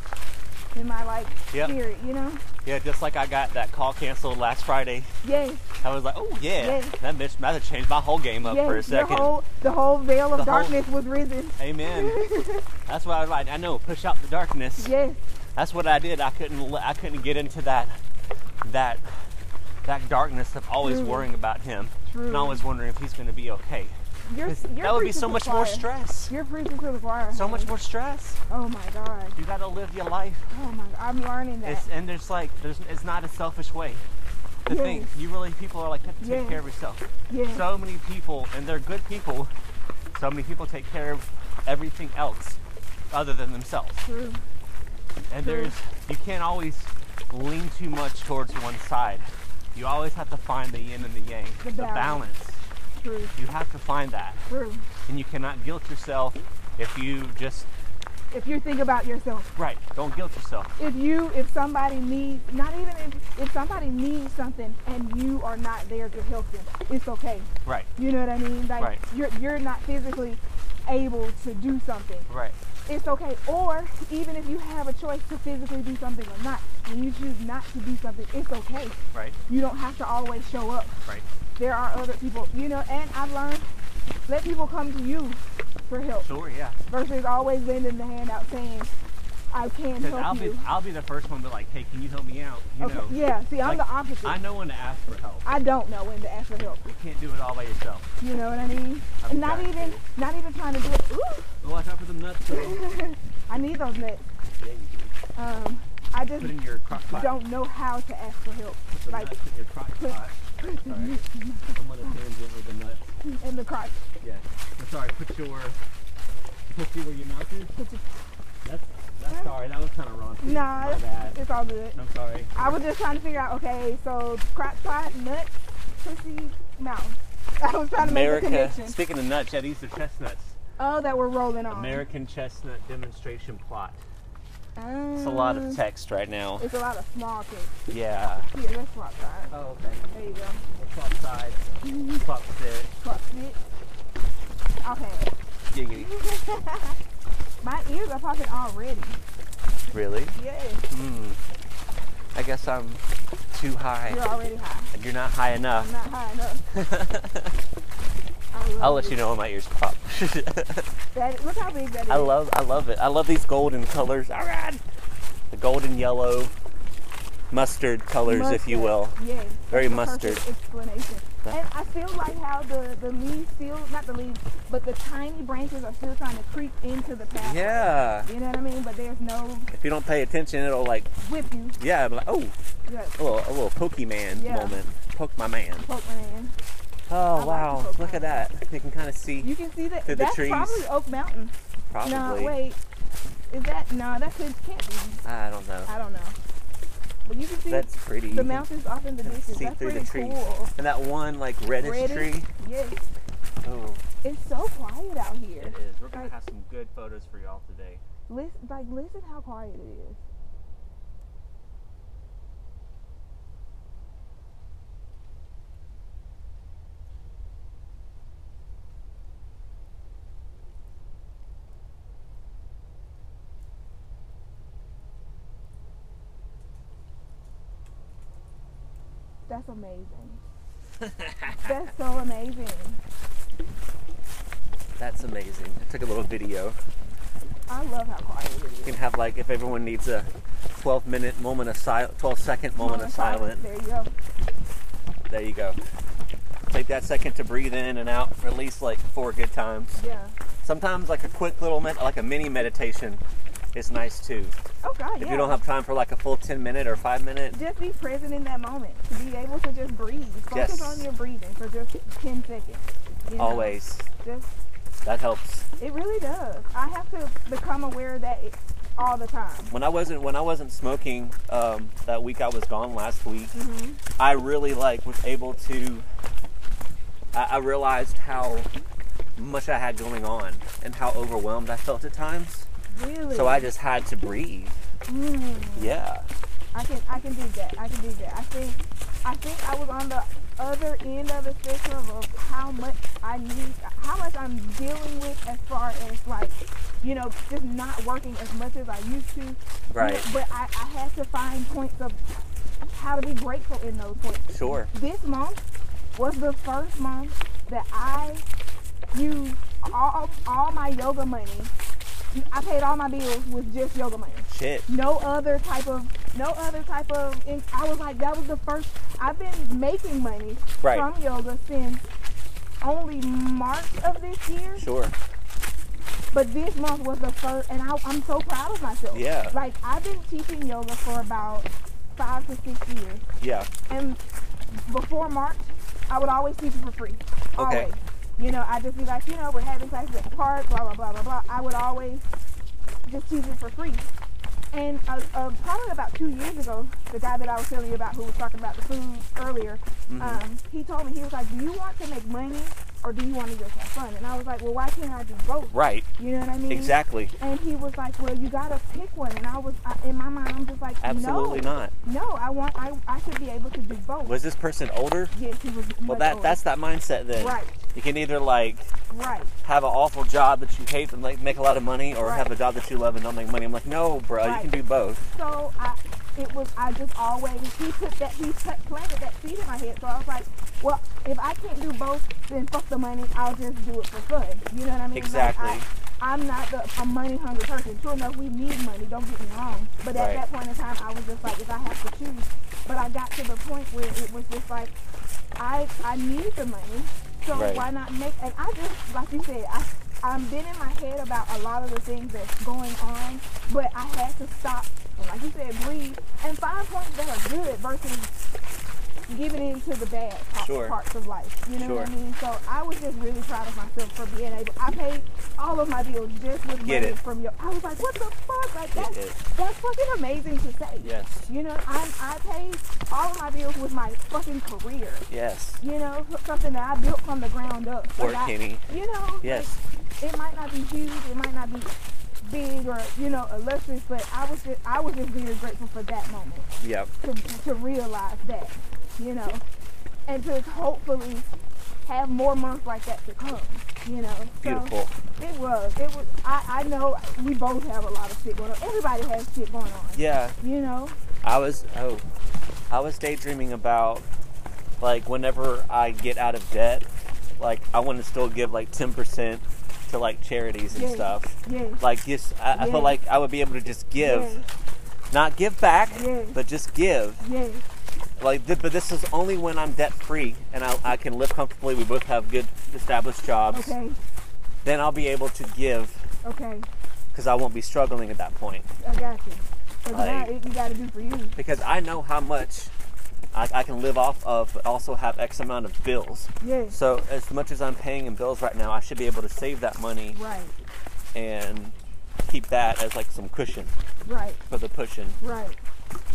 Speaker 1: in my like
Speaker 2: Yep.
Speaker 1: spirit, you know.
Speaker 2: Yeah, just like I got that call canceled last Friday.
Speaker 1: Yes,
Speaker 2: I was like, oh yeah,
Speaker 1: Yes.
Speaker 2: that bitch that changed my whole game up
Speaker 1: yes.
Speaker 2: for a
Speaker 1: The
Speaker 2: second.
Speaker 1: whole the whole veil of
Speaker 2: The whole-
Speaker 1: darkness was risen.
Speaker 2: Amen. That's what I was like. I know, push out the darkness.
Speaker 1: Yes,
Speaker 2: That's what I did. I couldn't. let- I couldn't get into that, that, that darkness of always
Speaker 1: True.
Speaker 2: worrying about him
Speaker 1: true.
Speaker 2: and always wondering if he's going to be okay.
Speaker 1: you're,
Speaker 2: 'Cause
Speaker 1: you're
Speaker 2: that would be
Speaker 1: preaching
Speaker 2: so
Speaker 1: to
Speaker 2: much
Speaker 1: the
Speaker 2: more
Speaker 1: choir.
Speaker 2: stress.
Speaker 1: You're preaching to the choir.
Speaker 2: So much
Speaker 1: honey.
Speaker 2: more stress.
Speaker 1: Oh my God.
Speaker 2: You got to live your life.
Speaker 1: Oh my. I'm learning that.
Speaker 2: It's, and there's like, there's. It's not a selfish way. To
Speaker 1: Yes.
Speaker 2: think you really people are like have to take
Speaker 1: Yes.
Speaker 2: care of yourself.
Speaker 1: yes.
Speaker 2: So many people, and they're good people. So many people take care of everything else other than themselves.
Speaker 1: true.
Speaker 2: And
Speaker 1: True.
Speaker 2: there's you can't always lean too much towards one side. You always have to find the yin and the yang,
Speaker 1: The
Speaker 2: balance.
Speaker 1: balance. True.
Speaker 2: You have to find that,
Speaker 1: True.
Speaker 2: and you cannot guilt yourself if you just
Speaker 1: if you think about yourself
Speaker 2: right. Don't guilt yourself.
Speaker 1: if you if somebody needs not even if if somebody needs something and you are not there to help them it's okay
Speaker 2: Right,
Speaker 1: you know what i mean like
Speaker 2: Right.
Speaker 1: you're you're not physically able to do something
Speaker 2: right,
Speaker 1: it's okay or even if you have a choice to physically do something or not when you choose not to do something it's okay
Speaker 2: right,
Speaker 1: you don't have to always show up
Speaker 2: right.
Speaker 1: there are other people you know and i've learned let people come to you for help
Speaker 2: Sure, yeah.
Speaker 1: versus always lending the hand out saying i can
Speaker 2: Because
Speaker 1: help
Speaker 2: I'll
Speaker 1: you
Speaker 2: be I'll be the first one to be like, hey, can you help me out? You
Speaker 1: Okay.
Speaker 2: know,
Speaker 1: Yeah. See, I'm
Speaker 2: Like,
Speaker 1: the opposite.
Speaker 2: I
Speaker 1: I,
Speaker 2: know when to ask for help.
Speaker 1: don't know when to ask for help.
Speaker 2: You can't do it all by yourself.
Speaker 1: You know what I mean?
Speaker 2: I've
Speaker 1: And not
Speaker 2: got
Speaker 1: even,
Speaker 2: to.
Speaker 1: not even trying to do it. Ooh,
Speaker 2: Watch out for them nuts. Though. yeah,
Speaker 1: I need those nuts.
Speaker 2: you do.
Speaker 1: Um, I just
Speaker 2: Put in your crock pot.
Speaker 1: don't know how to ask for help.
Speaker 2: Put the
Speaker 1: like-
Speaker 2: nuts in your crock pot. Sorry, I'm on a tangent with the nuts.
Speaker 1: In the crotch.
Speaker 2: Yeah. I'm sorry, put your pussy where your mouth is.
Speaker 1: Put your-
Speaker 2: That's that's sorry, that was kinda raunchy.
Speaker 1: Nah,
Speaker 2: My
Speaker 1: it's,
Speaker 2: bad.
Speaker 1: it's all good.
Speaker 2: I'm sorry.
Speaker 1: I was just trying to figure out. Okay, so crotch pot, nuts, pussy, mouth. I was trying to make a connection.
Speaker 2: speaking of nuts, yeah, these are chestnuts.
Speaker 1: Oh, that we're rolling on.
Speaker 2: American chestnut demonstration plot.
Speaker 1: Um,
Speaker 2: It's a lot of text right now.
Speaker 1: It's a lot of small things.
Speaker 2: Yeah.
Speaker 1: Here, let's swap sides.
Speaker 2: Oh, okay.
Speaker 1: There you go.
Speaker 2: Well, plot side,
Speaker 1: Mm-hmm.
Speaker 2: plot sit,
Speaker 1: Swap it. Okay.
Speaker 2: giggity.
Speaker 1: My ears are popping already.
Speaker 2: Really?
Speaker 1: Yes,
Speaker 2: Hmm. I guess I'm too high.
Speaker 1: you're already high.
Speaker 2: You're not high enough.
Speaker 1: I'm not high enough. I love
Speaker 2: I'll let
Speaker 1: this.
Speaker 2: you know when my ears pop.
Speaker 1: That, look how big that is.
Speaker 2: I love I love it. I love these golden colors. All right. The golden yellow mustard colors if you will.
Speaker 1: Yes.
Speaker 2: Very
Speaker 1: that's the perfect
Speaker 2: mustard.
Speaker 1: Explanation.
Speaker 2: Yeah.
Speaker 1: And I feel like how the, the leaves still, not the leaves, but the tiny branches are still trying to creep into the path.
Speaker 2: Yeah.
Speaker 1: You know what I mean? But there's no
Speaker 2: If you don't pay attention it'll like
Speaker 1: whip you.
Speaker 2: yeah, I'm like oh,
Speaker 1: Yes.
Speaker 2: a little, a little Pokemon
Speaker 1: Yeah.
Speaker 2: moment. Poke my man.
Speaker 1: Pokemon. in.
Speaker 2: Oh
Speaker 1: like
Speaker 2: wow,
Speaker 1: Pokemon.
Speaker 2: look at that. You can kind of see
Speaker 1: You can see that.
Speaker 2: Through the
Speaker 1: that's
Speaker 2: trees.
Speaker 1: probably Oak Mountain.
Speaker 2: probably.
Speaker 1: No, wait. Is that? No, that could can't be.
Speaker 2: I don't know.
Speaker 1: I don't know. But you can see
Speaker 2: That's pretty. You
Speaker 1: the
Speaker 2: can
Speaker 1: mountains off in the
Speaker 2: kinda
Speaker 1: distance.
Speaker 2: see
Speaker 1: That's
Speaker 2: through the
Speaker 1: pretty
Speaker 2: trees.
Speaker 1: cool.
Speaker 2: And that one like reddish,
Speaker 1: Reddish.
Speaker 2: tree.
Speaker 1: Yes.
Speaker 2: Oh,
Speaker 1: It's so quiet out here.
Speaker 2: is. We're
Speaker 1: gonna
Speaker 2: have some good photos for y'all today.
Speaker 1: Listen, like listen how quiet it is. That's amazing. That's so amazing.
Speaker 2: That's amazing. I took a little video.
Speaker 1: I love how quiet it is.
Speaker 2: You can have like if everyone needs a 12 minute moment of silence, 12 second moment,
Speaker 1: Moment
Speaker 2: of silence.
Speaker 1: There you go.
Speaker 2: There you go. Take that second to breathe in and out for at least like four good times.
Speaker 1: Yeah.
Speaker 2: Sometimes like a quick little med- like a mini meditation is nice too.
Speaker 1: Oh God.
Speaker 2: If
Speaker 1: yeah.
Speaker 2: you don't have time for like a full 10 minute or 5 minute,
Speaker 1: just be present in that moment. To be able to just breathe. Focus
Speaker 2: Yes.
Speaker 1: on your breathing for just ten seconds. you know?
Speaker 2: always
Speaker 1: Just
Speaker 2: that helps.
Speaker 1: it really does. I have to become aware of that all the time.
Speaker 2: When I wasn't when I wasn't smoking um, that week I was gone last week,
Speaker 1: Mm-hmm.
Speaker 2: I really like was able to. I, I realized how much I had going on and how overwhelmed I felt at times.
Speaker 1: Really.
Speaker 2: So I just had to breathe.
Speaker 1: Mm.
Speaker 2: Yeah.
Speaker 1: I can I can do that. I can do that. I think I think I was on the other end of the spectrum of how much I need how much I'm dealing with as far as like, you know, just not working as much as I used to.
Speaker 2: Right.
Speaker 1: But I, I had to find points of how to be grateful in those points.
Speaker 2: Sure.
Speaker 1: This month was the first month that I used all all my yoga money. I paid all my bills with just yoga money
Speaker 2: Shit.
Speaker 1: no other type of no other type of and i was like that was the first i've been making money
Speaker 2: Right.
Speaker 1: from yoga since only march of this year
Speaker 2: Sure.
Speaker 1: but this month was the first and I, i'm so proud of myself
Speaker 2: Yeah.
Speaker 1: like i've been teaching yoga for about five to six years
Speaker 2: Yeah.
Speaker 1: and before March, I would always teach it for free.
Speaker 2: Okay.
Speaker 1: Always. You know, I'd just be like, you know, we're having classes at the park, blah, blah, blah, blah, blah. I would always just teach it for free. And uh, uh, probably about two years ago, the guy that I was telling you about who was talking about the food earlier,
Speaker 2: Mm-hmm.
Speaker 1: um, he told me, he was like, do you want to make money or do you want to just have fun? And I was like, well, why can't I do both?
Speaker 2: Right.
Speaker 1: You know what I mean?
Speaker 2: Exactly.
Speaker 1: And he was like, well, you got to pick one. And I was, I, in my mind, I'm just like,
Speaker 2: Absolutely
Speaker 1: no.
Speaker 2: not.
Speaker 1: No, I want, I, I should be able to do both.
Speaker 2: Was this person older?
Speaker 1: Yes, he was.
Speaker 2: Well,
Speaker 1: much
Speaker 2: that
Speaker 1: older.
Speaker 2: that's that mindset then.
Speaker 1: right,
Speaker 2: You can either like
Speaker 1: right.
Speaker 2: have an awful job that you hate and like make a lot of money, or
Speaker 1: Right.
Speaker 2: have a job that you love and don't make money. I'm like, no, bro,
Speaker 1: Right.
Speaker 2: you can do both.
Speaker 1: So I, it was. I just always he put that he put, planted that seed in my head. So I was like, well, if I can't do both, then fuck the money. I'll just do it for fun. You know what I mean? Like,
Speaker 2: Exactly.
Speaker 1: I, I'm not the, a money hungry person. Sure enough, we need money. Don't get me wrong. But at
Speaker 2: Right.
Speaker 1: that point in time, I was just like, if I have to choose. But I got to the point where it was just like, I I need the money, so
Speaker 2: Right.
Speaker 1: why not make? And I just like you said, I I'm been in my head about a lot of the things that's going on, but I had to stop and like you said, breathe and find points that are good versus giving in to the bad pa-
Speaker 2: Sure.
Speaker 1: parts of life. You know what I
Speaker 2: Sure.
Speaker 1: mean? So I was just really proud of myself for being able. I paid all of my bills just with
Speaker 2: Get
Speaker 1: money
Speaker 2: it.
Speaker 1: from your. I was like, what the fuck? Like that's
Speaker 2: is.
Speaker 1: that's fucking amazing to say.
Speaker 2: Yes.
Speaker 1: You know, I I paid all of my bills with my fucking career
Speaker 2: Yes.
Speaker 1: you know, something that I built from the ground up.
Speaker 2: Or
Speaker 1: Like I-
Speaker 2: Kenny.
Speaker 1: You know,
Speaker 2: Yes.
Speaker 1: like, it might not be huge, it might not be big or you know illustrious, but I was just I was just very grateful for that moment
Speaker 2: Yep.
Speaker 1: to to realize that, you know, and to hopefully have more months like that to come, you know. So
Speaker 2: Beautiful.
Speaker 1: it was. It was. I I know we both have a lot of shit going on. Everybody has shit going on.
Speaker 2: Yeah.
Speaker 1: You know.
Speaker 2: I was oh, I was daydreaming about like whenever I get out of debt, like I want to still give like ten percent to like charities and
Speaker 1: Yes.
Speaker 2: stuff.
Speaker 1: Yeah.
Speaker 2: Like just I, I
Speaker 1: Yes.
Speaker 2: feel like I would be able to just give,
Speaker 1: Yes.
Speaker 2: not give back,
Speaker 1: Yes.
Speaker 2: but just give.
Speaker 1: Yes.
Speaker 2: Like th- but this is only when I'm debt free and I, I can live comfortably. We both have good established jobs.
Speaker 1: Okay.
Speaker 2: Then I'll be able to give
Speaker 1: Okay.
Speaker 2: because I won't be struggling at that point.
Speaker 1: I got you. Cause now
Speaker 2: Like-
Speaker 1: it, you got to do for you.
Speaker 2: because I know how much I, I can live off of, but also have X amount of bills.
Speaker 1: Yes.
Speaker 2: So as much as I'm paying in bills right now, I should be able to save that money
Speaker 1: Right.
Speaker 2: and keep that as like some cushion
Speaker 1: Right.
Speaker 2: for the pushing
Speaker 1: Right.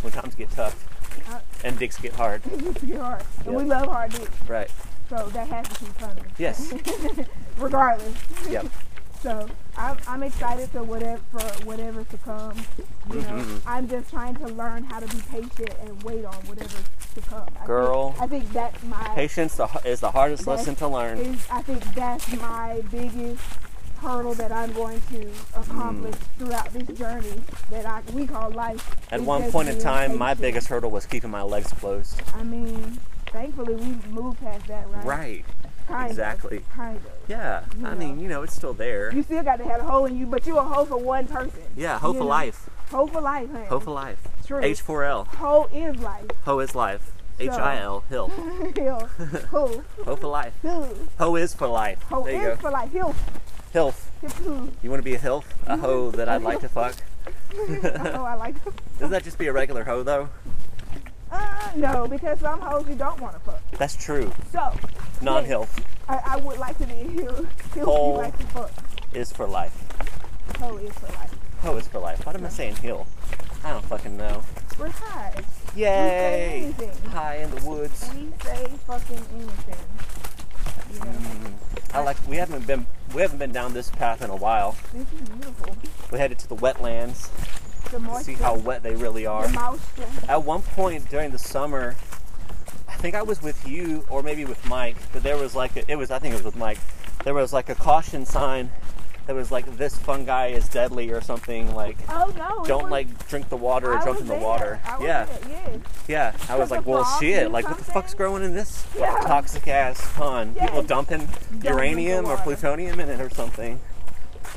Speaker 2: when times get tough
Speaker 1: Uh,
Speaker 2: and dicks get hard.
Speaker 1: it's your heart. And we
Speaker 2: Yeah.
Speaker 1: love hard dick,
Speaker 2: Right.
Speaker 1: so that has to keep coming.
Speaker 2: Yes.
Speaker 1: Regardless.
Speaker 2: yep.
Speaker 1: So I'm, I'm excited for whatever for whatever's to come. You know,
Speaker 2: Mhm.
Speaker 1: I'm just trying to learn how to be patient and wait on whatever's to come. I
Speaker 2: Girl.
Speaker 1: think, I think that's my
Speaker 2: Patience the, h- is the hardest
Speaker 1: That's-
Speaker 2: lesson to learn.
Speaker 1: is I think that's my biggest hurdle that I'm going to accomplish throughout this journey that I we call life.
Speaker 2: Mm. At
Speaker 1: is
Speaker 2: one
Speaker 1: just
Speaker 2: point in
Speaker 1: being
Speaker 2: time, my
Speaker 1: patient.
Speaker 2: biggest hurdle was keeping my legs closed.
Speaker 1: I mean, thankfully we moved past that, right?
Speaker 2: Right.
Speaker 1: Kind of,
Speaker 2: exactly.
Speaker 1: kind of.
Speaker 2: Yeah. I
Speaker 1: Yeah.
Speaker 2: mean, you know, it's still there.
Speaker 1: You still got to have a hole in you, but you a hole for one person.
Speaker 2: Yeah. Hope
Speaker 1: you
Speaker 2: for
Speaker 1: know?
Speaker 2: life.
Speaker 1: Hope for life, honey.
Speaker 2: Hope for life.
Speaker 1: True.
Speaker 2: H4L.
Speaker 1: Hoe is life.
Speaker 2: Ho is life. H
Speaker 1: So-
Speaker 2: I L. Hill.
Speaker 1: Hill. Who?
Speaker 2: Ho for life.
Speaker 1: Who?
Speaker 2: Ho is for life.
Speaker 1: Hoe
Speaker 2: there you
Speaker 1: is
Speaker 2: go.
Speaker 1: for Mm-hmm. life. Hill.
Speaker 2: Hilf.
Speaker 1: Hill. Who?
Speaker 2: You want to be a hilf? A hoe that I'd like to fuck?
Speaker 1: Oh, I like.
Speaker 2: Doesn't that just be a regular hoe though?
Speaker 1: Uh, no, because some hoes you don't want to fuck.
Speaker 2: That's true.
Speaker 1: So
Speaker 2: Non hilf
Speaker 1: I, I would like to be a heel. Heel
Speaker 2: Hoe.
Speaker 1: you like to fuck.
Speaker 2: is for life.
Speaker 1: Hoe is for life.
Speaker 2: Hoe is for life. What am I saying hill? I don't fucking know.
Speaker 1: We're high.
Speaker 2: Yay!
Speaker 1: We say anything.
Speaker 2: High in the woods.
Speaker 1: We say fucking anything. You know,
Speaker 2: Mm. I like. We haven't been. We haven't been down this path in a while.
Speaker 1: this is beautiful.
Speaker 2: We headed to the wetlands
Speaker 1: The
Speaker 2: to
Speaker 1: moisture.
Speaker 2: see how wet they really are.
Speaker 1: the moisture.
Speaker 2: At one point during the summer, I think I was with you or maybe with Mike, but there was like a, it was. I think it was with Mike. There was like a caution sign that was like this fungi is deadly or something like.
Speaker 1: Oh no! it
Speaker 2: Don't
Speaker 1: was-
Speaker 2: like drink the water or
Speaker 1: I
Speaker 2: jump
Speaker 1: was
Speaker 2: in the
Speaker 1: there.
Speaker 2: water.
Speaker 1: I was
Speaker 2: yeah,
Speaker 1: there, Yes.
Speaker 2: yeah. I was
Speaker 1: the
Speaker 2: like, well,
Speaker 1: frogs
Speaker 2: shit.
Speaker 1: do
Speaker 2: Like, what the
Speaker 1: something?
Speaker 2: fuck's growing in this
Speaker 1: Yeah.
Speaker 2: toxic ass pond?
Speaker 1: Yes.
Speaker 2: People dumping
Speaker 1: in the
Speaker 2: uranium or
Speaker 1: water.
Speaker 2: plutonium in it or something.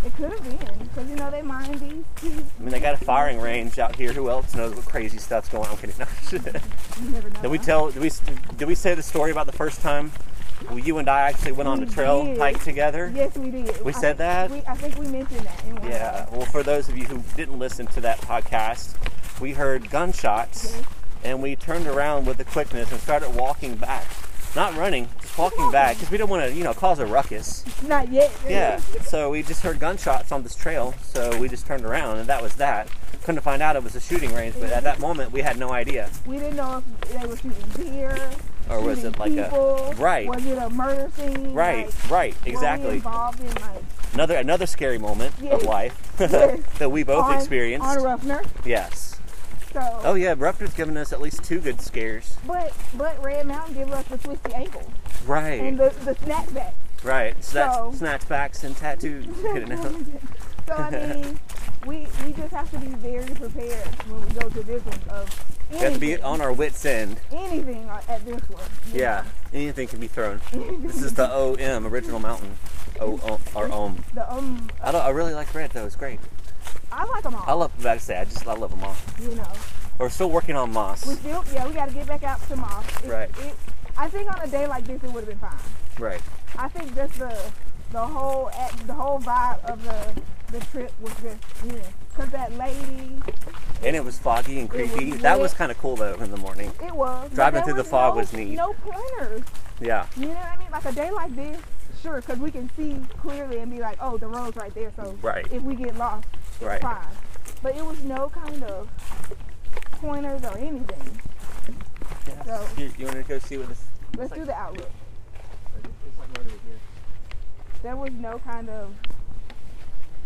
Speaker 1: It could have been because you know they mind these. these
Speaker 2: I mean, they got a firing range out here. Who else knows what crazy stuff's going on? I'm kidding. No, shit.
Speaker 1: You never know.
Speaker 2: Did we tell? Did we? Did we say the story about the first time well, you and I actually went on
Speaker 1: We
Speaker 2: the trail
Speaker 1: did.
Speaker 2: hike together?
Speaker 1: Yes, we did.
Speaker 2: We
Speaker 1: I think
Speaker 2: said that?
Speaker 1: We, I think we mentioned that. In one of
Speaker 2: Yeah.
Speaker 1: them.
Speaker 2: Well, for those of you who didn't listen to that podcast, we heard gunshots
Speaker 1: Yes.
Speaker 2: and we turned around with the quickness and started walking back. Not running, just walking back because we didn't want to, you know, cause a ruckus.
Speaker 1: Not yet.
Speaker 2: Yeah. So we just heard gunshots on this trail, so we just turned around and that was that. Couldn't find out it was a shooting range, but at that moment we had no idea.
Speaker 1: We didn't know if they were shooting deer.
Speaker 2: Or was
Speaker 1: shooting
Speaker 2: it like a-
Speaker 1: people,
Speaker 2: Right.
Speaker 1: Was it a murder scene?
Speaker 2: Right,
Speaker 1: Like,
Speaker 2: right,
Speaker 1: were we
Speaker 2: exactly.
Speaker 1: involved in like
Speaker 2: Another another scary moment of
Speaker 1: Yes.
Speaker 2: life
Speaker 1: Yes.
Speaker 2: that we both
Speaker 1: on,
Speaker 2: experienced.
Speaker 1: on Ruffner.
Speaker 2: yes.
Speaker 1: So.
Speaker 2: Oh yeah, Rupture's given us at least two good scares.
Speaker 1: But but Red Mountain gave us the twisty ankle
Speaker 2: Right.
Speaker 1: and the the snapback.
Speaker 2: Right,
Speaker 1: So-
Speaker 2: snatch, snatchbacks and tattoos. You know?
Speaker 1: so I mean, we we just have to be very prepared when we go to this one of
Speaker 2: We have to be
Speaker 1: anything-
Speaker 2: on our wits' end.
Speaker 1: anything at this one.
Speaker 2: Yeah, anything can be thrown. This is the OM, Original Mountain. O, o or OM.
Speaker 1: The um,
Speaker 2: I, don't, I really like red though, it's great.
Speaker 1: I like them all.
Speaker 2: I love, like I say, I just I love them all.
Speaker 1: you know,
Speaker 2: We're still working on
Speaker 1: we
Speaker 2: moss.
Speaker 1: still yeah we got to get back out tomorrow. It,
Speaker 2: Right.
Speaker 1: It, I think on a day like this it would have been fine.
Speaker 2: Right.
Speaker 1: I think just the the whole at- the whole vibe of the the trip was just yeah. Cause that lady,
Speaker 2: And it was foggy and
Speaker 1: It was
Speaker 2: creepy. that was
Speaker 1: lit.
Speaker 2: kind of cool though in the morning.
Speaker 1: it was but
Speaker 2: Driving
Speaker 1: there
Speaker 2: through the fog
Speaker 1: no-
Speaker 2: was neat.
Speaker 1: No pointers.
Speaker 2: Yeah,
Speaker 1: You know what I mean? Like a day like this, sure, because we can see clearly and be like, oh, the road's right there. So
Speaker 2: Right.
Speaker 1: if we get lost, it's
Speaker 2: Right.
Speaker 1: fine. But it was no kind of pointers or anything. So
Speaker 2: You, want to go see what this?
Speaker 1: let's do the outlook. There was no kind of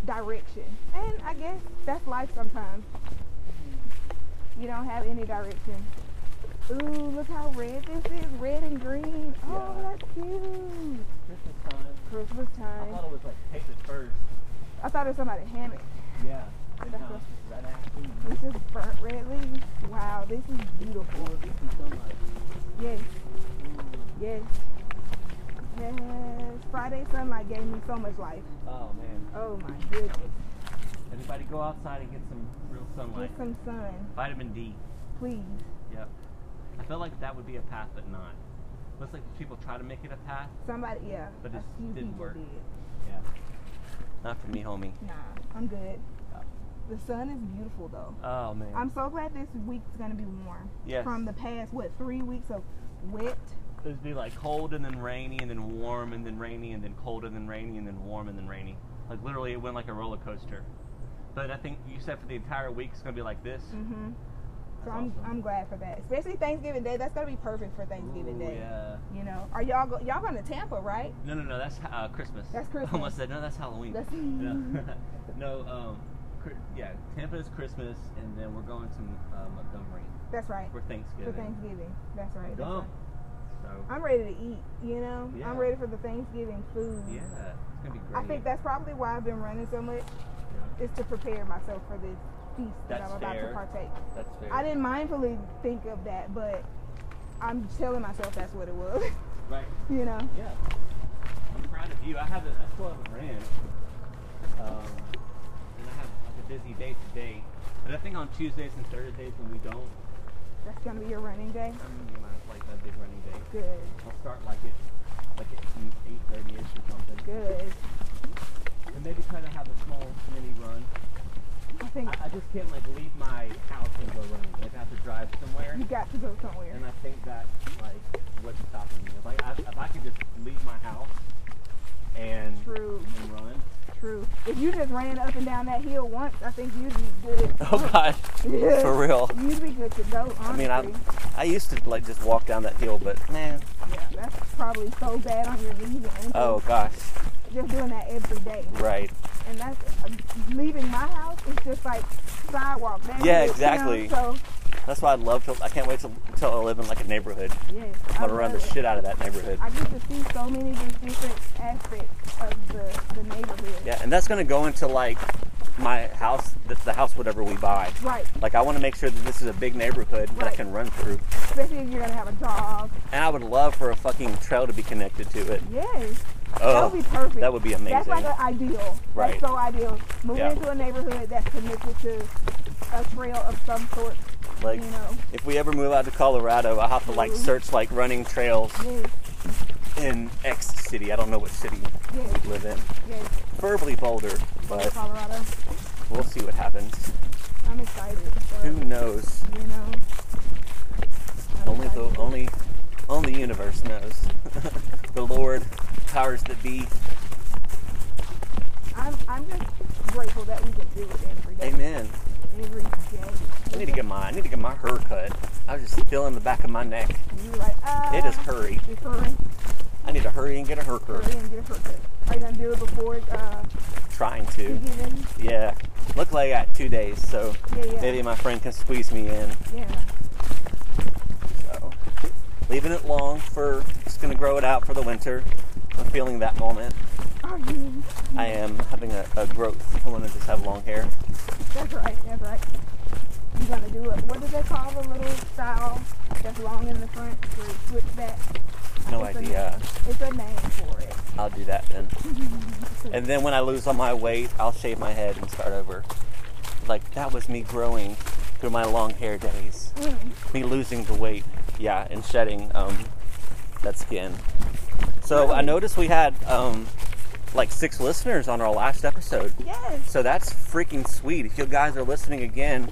Speaker 1: direction. And I guess that's life sometimes. You don't have any direction. Ooh, look how red this is. Red and green. Oh,
Speaker 2: Yeah.
Speaker 1: that's cute.
Speaker 2: Christmas time.
Speaker 1: Christmas time.
Speaker 2: it was like take it first.
Speaker 1: I thought it was somebody hammock.
Speaker 2: Yeah.
Speaker 1: That's what- It's just burnt red leaves. Wow, this is beautiful. Yes. Yes. Yes. Friday sunlight gave me so much life.
Speaker 2: Oh man.
Speaker 1: Oh my goodness.
Speaker 2: Everybody go outside and get some real sunlight.
Speaker 1: Get some sun,
Speaker 2: Vitamin D.
Speaker 1: please.
Speaker 2: Yep. I feel like that would be a path, but not. Looks like people try to make it a path.
Speaker 1: Somebody, yeah.
Speaker 2: But
Speaker 1: a
Speaker 2: it
Speaker 1: few
Speaker 2: didn't
Speaker 1: people
Speaker 2: work.
Speaker 1: did.
Speaker 2: Yeah. Not for me, homie.
Speaker 1: Nah, I'm good.
Speaker 2: Yeah.
Speaker 1: The sun is beautiful though.
Speaker 2: Oh man.
Speaker 1: I'm so glad this week's gonna be warm.
Speaker 2: Yes.
Speaker 1: From the past, what, three weeks of wet?
Speaker 2: It'd be like cold and then rainy and then warm and then rainy and then cold and then rainy and then warm and then rainy. Like literally, it went like a roller coaster. But I think you said for the entire week it's gonna be like this.
Speaker 1: Mm-hmm. So
Speaker 2: That's
Speaker 1: I'm,
Speaker 2: awesome.
Speaker 1: I'm glad for that. Especially Thanksgiving Day. That's gonna be perfect for Thanksgiving
Speaker 2: Ooh,
Speaker 1: Day.
Speaker 2: yeah.
Speaker 1: You know, are y'all go- y'all going to Tampa, right?
Speaker 2: No, no, no. That's uh, Christmas.
Speaker 1: That's Christmas.
Speaker 2: I almost said no. That's Halloween.
Speaker 1: That's-
Speaker 2: no, no um, Chri- yeah. Tampa is Christmas, and then we're going to uh, Montgomery
Speaker 1: That's right.
Speaker 2: for
Speaker 1: For
Speaker 2: Thanksgiving.
Speaker 1: Thanksgiving. That's right. That's
Speaker 2: Dumb.
Speaker 1: right.
Speaker 2: So
Speaker 1: I'm ready to eat. You know,
Speaker 2: Yeah.
Speaker 1: I'm ready for the Thanksgiving food.
Speaker 2: yeah,
Speaker 3: gonna be great.
Speaker 1: I think that's probably why I've been running so much, is to prepare myself for this feast that
Speaker 3: That's
Speaker 1: I'm about
Speaker 3: fair.
Speaker 1: to partake.
Speaker 3: that's fair.
Speaker 1: I didn't mindfully think of that, but I'm telling myself that's what it was.
Speaker 3: Right.
Speaker 1: you know,
Speaker 3: Yeah. I'm proud of you. I haven't. I still haven't ran. Um, and I have like a busy day today. But I think on Tuesdays and Thursdays when we don't,
Speaker 1: that's gonna be your running day.
Speaker 3: I'm gonna be my like my big running day.
Speaker 1: Good,
Speaker 3: I'll start like at like at eight thirty ish or something.
Speaker 1: good.
Speaker 3: And maybe try to have a small mini run.
Speaker 1: I think
Speaker 3: I, I just can't like leave my house and go running. Like I have to drive somewhere.
Speaker 1: you got to go somewhere.
Speaker 3: And I think that's like what's stopping me. If I, I if I could just leave my house and
Speaker 1: True,
Speaker 3: and run.
Speaker 1: true. If you just ran up and down that hill once, I think you'd be good.
Speaker 2: Oh God,
Speaker 1: Yeah.
Speaker 2: for real.
Speaker 1: You'd be good to go. Honestly.
Speaker 2: I mean, I I used to like just walk down that hill, but man,
Speaker 1: yeah, that's probably so bad on your knees and ankles.
Speaker 2: oh gosh,
Speaker 1: just doing that every day.
Speaker 2: right.
Speaker 1: and that's uh, leaving my house is just like sidewalk. That's
Speaker 2: Yeah,
Speaker 1: it, you know?
Speaker 2: exactly.
Speaker 1: So
Speaker 2: That's why I love. To, I can't wait till, till I live in like a neighborhood.
Speaker 1: yes,
Speaker 2: I'm
Speaker 1: I
Speaker 2: gonna run the
Speaker 1: love it.
Speaker 2: shit out of that neighborhood.
Speaker 1: I get to see so many just different aspects of the, the neighborhood.
Speaker 2: Yeah, and that's gonna go into like my house, the, the house whatever we buy.
Speaker 1: Right,
Speaker 2: Like I want to make sure that this is a big neighborhood that I
Speaker 1: Right.
Speaker 2: can run through,
Speaker 1: especially if you're gonna have a dog.
Speaker 2: and I would love for a fucking trail to be connected to it.
Speaker 1: Yes, that
Speaker 2: Oh,
Speaker 1: would be perfect.
Speaker 2: that would be amazing.
Speaker 1: That's like an ideal.
Speaker 2: Right.
Speaker 1: That's so ideal. Moving
Speaker 2: Yeah.
Speaker 1: into a neighborhood that's connected to a trail of some sort.
Speaker 2: like
Speaker 1: you know,
Speaker 2: if we ever move out to Colorado, I have to like
Speaker 1: Mhm.
Speaker 2: search like running trails
Speaker 1: yes,
Speaker 2: in X city. I don't know what city
Speaker 1: yes,
Speaker 2: we live in.
Speaker 1: yes.
Speaker 2: Preferably Boulder, but
Speaker 1: Colorado.
Speaker 2: we'll see what happens.
Speaker 1: I'm excited. So,
Speaker 2: Who knows?
Speaker 1: You know. I'm
Speaker 2: Only the
Speaker 1: excited.
Speaker 2: only only the universe knows. the Lord, powers that be.
Speaker 1: I'm, I'm just grateful that we can do it every day.
Speaker 2: Amen.
Speaker 1: Every day.
Speaker 2: I need to get my I need to get my hair cut. I was just feeling the back of my neck.
Speaker 1: You were like, ah.
Speaker 2: It is hurry.
Speaker 1: It's hurry.
Speaker 2: I need to hurry and get a hair
Speaker 1: Hurry
Speaker 2: cut.
Speaker 1: and get a haircut. Are you gonna do it before uh,
Speaker 2: Trying to.
Speaker 1: beginning?
Speaker 2: Yeah. Look like I got two days, so
Speaker 1: Yeah, yeah.
Speaker 2: maybe my friend can squeeze me in.
Speaker 1: Yeah.
Speaker 2: So leaving it long for just gonna grow it out for the winter. I'm feeling that moment.
Speaker 1: Are you?
Speaker 2: I am having a, a growth. I want to just have long hair.
Speaker 1: That's right. That's right. You're gonna do it. What do they call the little style that's long in the front where it switch back?
Speaker 2: No
Speaker 1: It's a-
Speaker 2: idea.
Speaker 1: It's a name for it.
Speaker 2: I'll do that then. And then when I lose all my weight, I'll shave my head and start over. Like that was me growing through my long hair days.
Speaker 1: Mm.
Speaker 2: Me losing the weight, yeah, and shedding um, that skin. So I noticed we had um, like six listeners on our last episode.
Speaker 1: Yes.
Speaker 2: So that's freaking sweet. If you guys are listening again,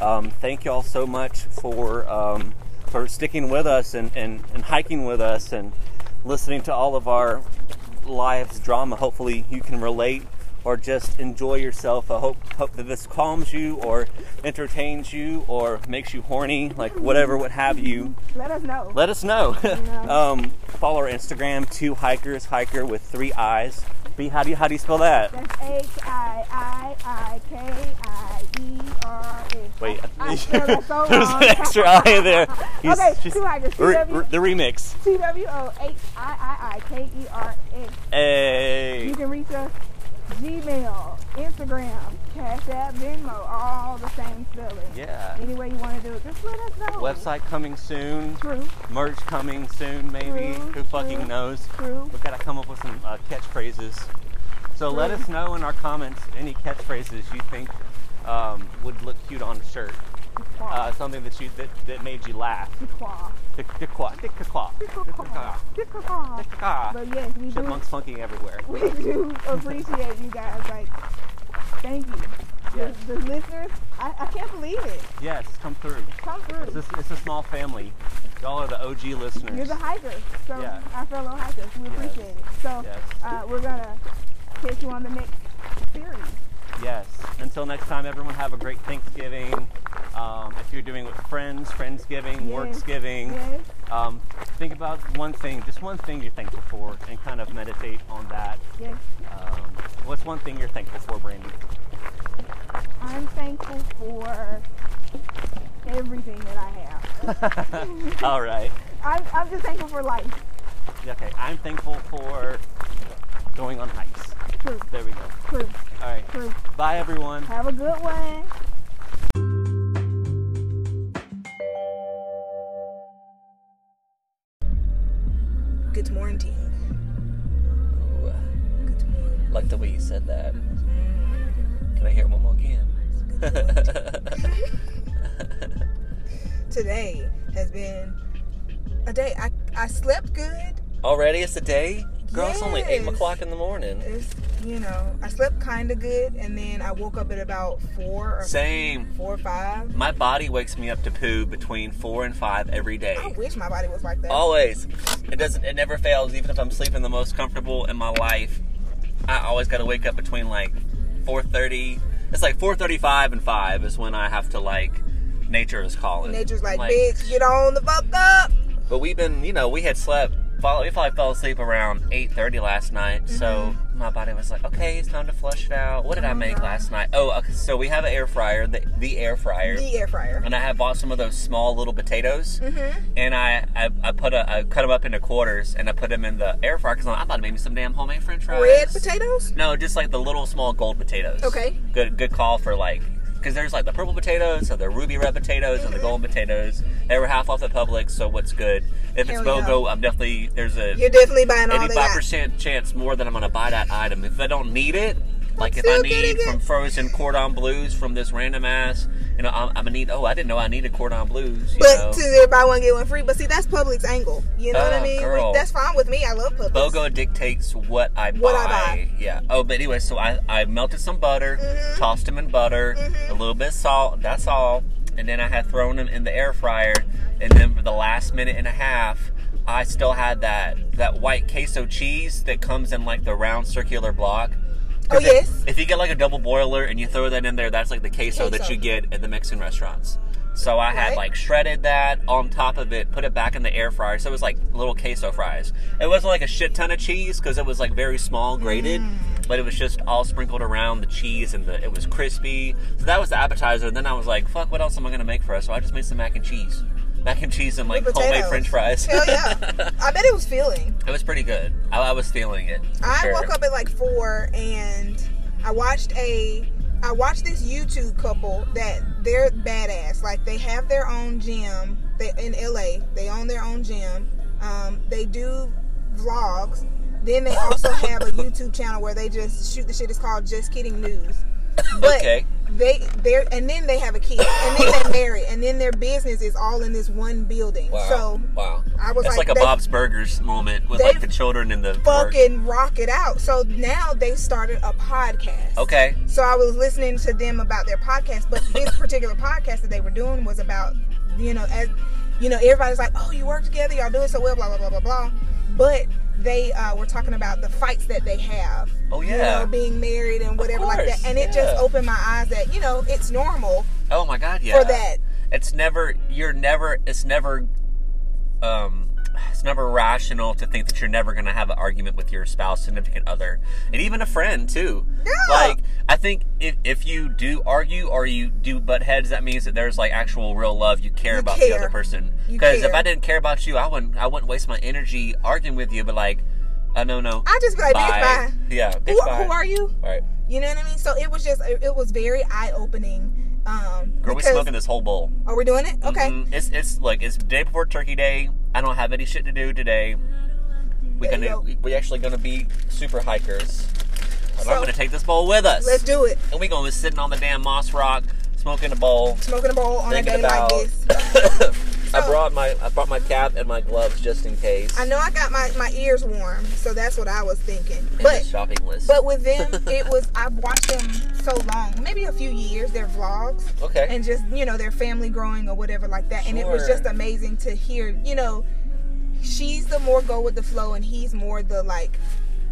Speaker 2: um, thank y'all so much for um, for sticking with us and, and, and hiking with us and listening to all of our lives drama. Hopefully you can relate or just enjoy yourself. I hope hope that this calms you or entertains you or makes you horny, like whatever, what have you.
Speaker 1: Let us know.
Speaker 2: Let us know.
Speaker 1: Yeah.
Speaker 2: um, follow our Instagram, two hikers hiker with three eyes. B, how do you how do you spell that?
Speaker 1: That's H I I I K I E R S.
Speaker 2: Wait,
Speaker 1: I, I spelled that so
Speaker 2: there's
Speaker 1: wrong.
Speaker 2: an extra eye in there. He's-
Speaker 1: okay,
Speaker 2: she's-
Speaker 1: two hikers.
Speaker 2: re-
Speaker 1: TW
Speaker 2: re- the remix.
Speaker 1: T-W-O-H-I-I-I-K-E-R-S. E You
Speaker 2: Hey,
Speaker 1: can reach us Gmail, Instagram, Cash App, Venmo, all the same spelling.
Speaker 2: yeah.
Speaker 1: Any way you want to do it, just let us know.
Speaker 2: Website coming soon.
Speaker 1: True,
Speaker 2: Merch coming soon, maybe.
Speaker 1: True,
Speaker 2: Who fucking
Speaker 1: true.
Speaker 2: knows?
Speaker 1: true.
Speaker 2: We gotta come up with some uh, catchphrases. So let
Speaker 1: True.
Speaker 2: us know in our comments any catchphrases you think um, would look cute on a shirt. Uh, something that you that, that made you laugh.
Speaker 1: Quah.
Speaker 2: Tick tick quack, tick tick quack, tick tick
Speaker 1: Quah.
Speaker 2: quack,
Speaker 1: Quah.
Speaker 2: tick tick quack.
Speaker 1: But yes, we do
Speaker 2: Chipmunks funky everywhere.
Speaker 1: we do appreciate you guys. Like, thank you.
Speaker 2: Yes.
Speaker 1: The, the listeners, I, I can't believe it.
Speaker 2: Yes, come through.
Speaker 1: Come through.
Speaker 2: It's a, it's a small family. Y'all are the OG listeners.
Speaker 1: You're the hikers, so
Speaker 2: Yeah.
Speaker 1: our fellow hikers, we
Speaker 2: Yes.
Speaker 1: appreciate it. So
Speaker 2: Yes.
Speaker 1: uh, we're gonna catch you on the next series.
Speaker 2: yes. Until next time, everyone have a great Thanksgiving. Um, if you're doing it with friends, Friendsgiving,
Speaker 1: Yes.
Speaker 2: Worksgiving,
Speaker 1: Yes,
Speaker 2: um, think about one thing, just one thing you're thankful for, and kind of meditate on that.
Speaker 1: yes.
Speaker 2: Um, what's one thing you're thankful for, Brandy?
Speaker 1: I'm thankful for everything that I have.
Speaker 2: All right.
Speaker 1: I'm, I'm just thankful for life.
Speaker 2: Okay. I'm thankful for going on hikes.
Speaker 1: True,
Speaker 4: There we go.
Speaker 1: true,
Speaker 4: All right.
Speaker 1: true.
Speaker 4: Bye, everyone.
Speaker 1: Have a good one.
Speaker 5: Good morning.
Speaker 2: Ooh,
Speaker 5: Good morning.
Speaker 2: like the way you said that. Can I hear it one more again?
Speaker 5: Today has been a day. I, I slept good.
Speaker 2: Already it's a day? Girl, it's only 8
Speaker 5: Yes.
Speaker 2: o'clock in the morning.
Speaker 5: It's, you know, I slept kind of good, and then I woke up at about four or
Speaker 2: Same.
Speaker 5: four or five.
Speaker 2: My body wakes me up to poo between 4 and 5 every day.
Speaker 5: I wish my body was like that.
Speaker 2: Always. It doesn't, it never fails. Even if I'm sleeping the most comfortable in my life, I always got to wake up between like 4.30. It's like 4.35 and 5 is when I have to like, nature is calling.
Speaker 5: Nature's like,
Speaker 2: Like-
Speaker 5: bitch, get on the fuck up.
Speaker 2: But we've been, you know, we had slept. Fall, we probably fell asleep around 8:30 last night, so
Speaker 5: Mm-hmm.
Speaker 2: my body was like, "Okay, it's time to flush it out." What did I make
Speaker 5: Uh-huh.
Speaker 2: last night? Oh, okay, so we have an air fryer, the, the air fryer,
Speaker 5: The air fryer.
Speaker 2: and I had bought some of those small little potatoes,
Speaker 5: Mhm.
Speaker 2: and I I, I put a I cut them up into quarters, and I put them in the air fryer because I thought maybe some damn homemade French fries.
Speaker 5: Red potatoes.
Speaker 2: No, just like the little small gold potatoes.
Speaker 5: Okay.
Speaker 2: Good good call for like because there's like the purple potatoes, so the ruby red potatoes, and the
Speaker 5: Mm-hmm.
Speaker 2: golden potatoes. They were half off the public, so what's good? If it's
Speaker 5: Hell yeah.
Speaker 2: BOGO, I'm definitely there's
Speaker 5: You're
Speaker 2: a
Speaker 5: definitely buying all they
Speaker 2: eighty-five
Speaker 5: got.
Speaker 2: percent chance more that I'm gonna buy that item. If I don't need it, like if I
Speaker 5: still
Speaker 2: need
Speaker 5: getting it.
Speaker 2: from frozen cordon blues from this random ass, you know, I'm, I'm gonna need. Oh, I didn't know I needed cordon blues. You know?
Speaker 5: But to everybody want to get one free. But see, that's Publix angle. You know what
Speaker 2: Oh,
Speaker 5: I mean?
Speaker 2: girl.
Speaker 5: That's fine with me. I love Publix.
Speaker 2: BOGO dictates what I buy.
Speaker 5: What I buy.
Speaker 2: Yeah. Oh, but anyway, so I, I melted some butter,
Speaker 5: Mhm.
Speaker 2: tossed them in butter,
Speaker 5: Mhm.
Speaker 2: a little bit of salt. That's all. And then I had thrown them in the air fryer. And then for the last minute and a half, I still had that that white queso cheese that comes in like the round circular block.
Speaker 5: Oh
Speaker 2: 'Cause if-
Speaker 5: yes.
Speaker 2: If, you get like a double boiler and you throw that in there, that's like the queso, that
Speaker 5: Queso.
Speaker 2: you get at the Mexican restaurants. So I had
Speaker 5: Right.
Speaker 2: like shredded that on top of it, put it back in the air fryer. So it was like little queso fries. It wasn't like a shit ton of cheese because it was like very small grated,
Speaker 5: Mm.
Speaker 2: but it was just all sprinkled around the cheese and the, it was crispy. So that was the appetizer. And then I was like, fuck, what else am I gonna make for us? So I just made some mac and cheese, mac and cheese and like
Speaker 5: With
Speaker 2: homemade
Speaker 5: potatoes.
Speaker 2: French fries.
Speaker 5: Hell yeah. I bet it was feeling.
Speaker 2: it was pretty good. I, I was feeling it. for
Speaker 5: I
Speaker 2: sure.
Speaker 5: woke up at like four and I watched a I watched this YouTube couple that they're badass. Like they have their own gym. They in LA. They own their own gym. Um, they do vlogs. Then they also have a YouTube channel where they just shoot the shit. It's called Just Kidding News. But
Speaker 2: Okay.
Speaker 5: they they're and then they have a kid and then they're married and then their business is all in this one building.
Speaker 2: Wow.
Speaker 5: So
Speaker 2: wow.
Speaker 5: I was
Speaker 2: That's like,
Speaker 5: like,
Speaker 2: a
Speaker 5: they-
Speaker 2: Bob's Burgers moment with
Speaker 5: they
Speaker 2: like the children and the work.
Speaker 5: fucking rock it out. So now they started a podcast.
Speaker 2: Okay.
Speaker 5: So I was listening to them about their podcast, but this particular podcast that they were doing was about, you know, as you know, everybody's like, oh, you work together, y'all do it so well, blah blah blah blah blah. But they uh, were talking about the fights that they have.
Speaker 2: Oh,
Speaker 5: you
Speaker 2: yeah.
Speaker 5: know, being married and whatever like
Speaker 2: course,
Speaker 5: that, and it just
Speaker 2: yeah.
Speaker 5: opened my eyes that you know it's normal
Speaker 2: Oh my God. Yeah.
Speaker 5: for that.
Speaker 2: It's never. You're never. It's never. Um. It's never rational to think that you're never going to have an argument with your spouse, significant other, and even a friend too.
Speaker 5: Yeah.
Speaker 2: Like I think if if you do argue or you do butt heads, that means that there's like actual real love. You care
Speaker 5: You
Speaker 2: about the
Speaker 5: care.
Speaker 2: other person.
Speaker 5: You
Speaker 2: Because if
Speaker 5: care.
Speaker 2: I didn't care about you, I wouldn't. I wouldn't waste my energy arguing with you. But like, uh, no, no.
Speaker 5: I just be like, bitch, bye.
Speaker 2: Yeah. Bitch,
Speaker 5: Who,
Speaker 2: bye.
Speaker 5: who are you?
Speaker 2: All right.
Speaker 5: You know what I mean? So it was just, it, it was very eye opening. Um,
Speaker 2: Girl,
Speaker 5: because-
Speaker 2: we smoking this whole bowl.
Speaker 5: Are we doing it? Okay.
Speaker 2: Mhm. It's it's like it's the day before Turkey Day. I don't have any shit to do today. We
Speaker 5: There you
Speaker 2: gonna
Speaker 5: go.
Speaker 2: we- we actually gonna be super hikers. And I'm
Speaker 5: So-
Speaker 2: gonna take this bowl with us.
Speaker 5: Let's do it.
Speaker 2: and we gonna be sitting on the damn moss rock, smoking a bowl,
Speaker 5: Smoking a bowl on
Speaker 2: thinking
Speaker 5: a day
Speaker 2: about.
Speaker 5: like this.
Speaker 2: I
Speaker 5: So-
Speaker 2: brought my I brought my cap and my gloves just in case.
Speaker 5: I know I got my, my ears warm, so that's what I was thinking.
Speaker 2: And the
Speaker 5: But
Speaker 2: shopping list.
Speaker 5: but with them, it was I've watched them so long, maybe a few years, their vlogs
Speaker 2: okay.
Speaker 5: and just, you know, their family growing or whatever like that. And it was
Speaker 2: Sure.
Speaker 5: just amazing to hear, you know, she's the more go with the flow and he's more the like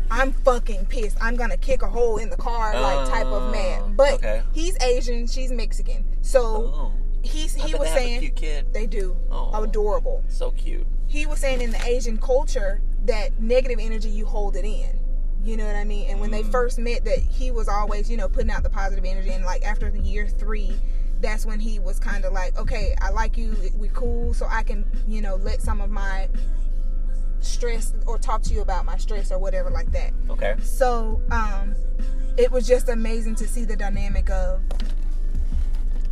Speaker 5: I'm fucking pissed. I'm gonna kick a hole in the car, like type of
Speaker 2: Oh,
Speaker 5: man. But
Speaker 2: okay.
Speaker 5: he's Asian, she's Mexican, so
Speaker 2: oh,
Speaker 5: he's
Speaker 2: I
Speaker 5: he
Speaker 2: bet
Speaker 5: was
Speaker 2: they have a
Speaker 5: saying
Speaker 2: cute kid.
Speaker 5: they do
Speaker 2: Oh.
Speaker 5: adorable
Speaker 2: So cute.
Speaker 5: he was saying in the Asian culture that negative energy you hold it in. You know what I mean? And when they first met, that he was always, you know, putting out the positive energy. And like after the year three, that's when he was kind of like, okay, I like you, we cool, so I can, you know, let some of my stress or talk to you about my stress or whatever like that.
Speaker 2: Okay.
Speaker 5: So um, it was just amazing to see the dynamic of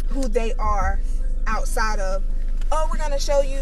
Speaker 5: who they are outside of. Oh, we're gonna show you.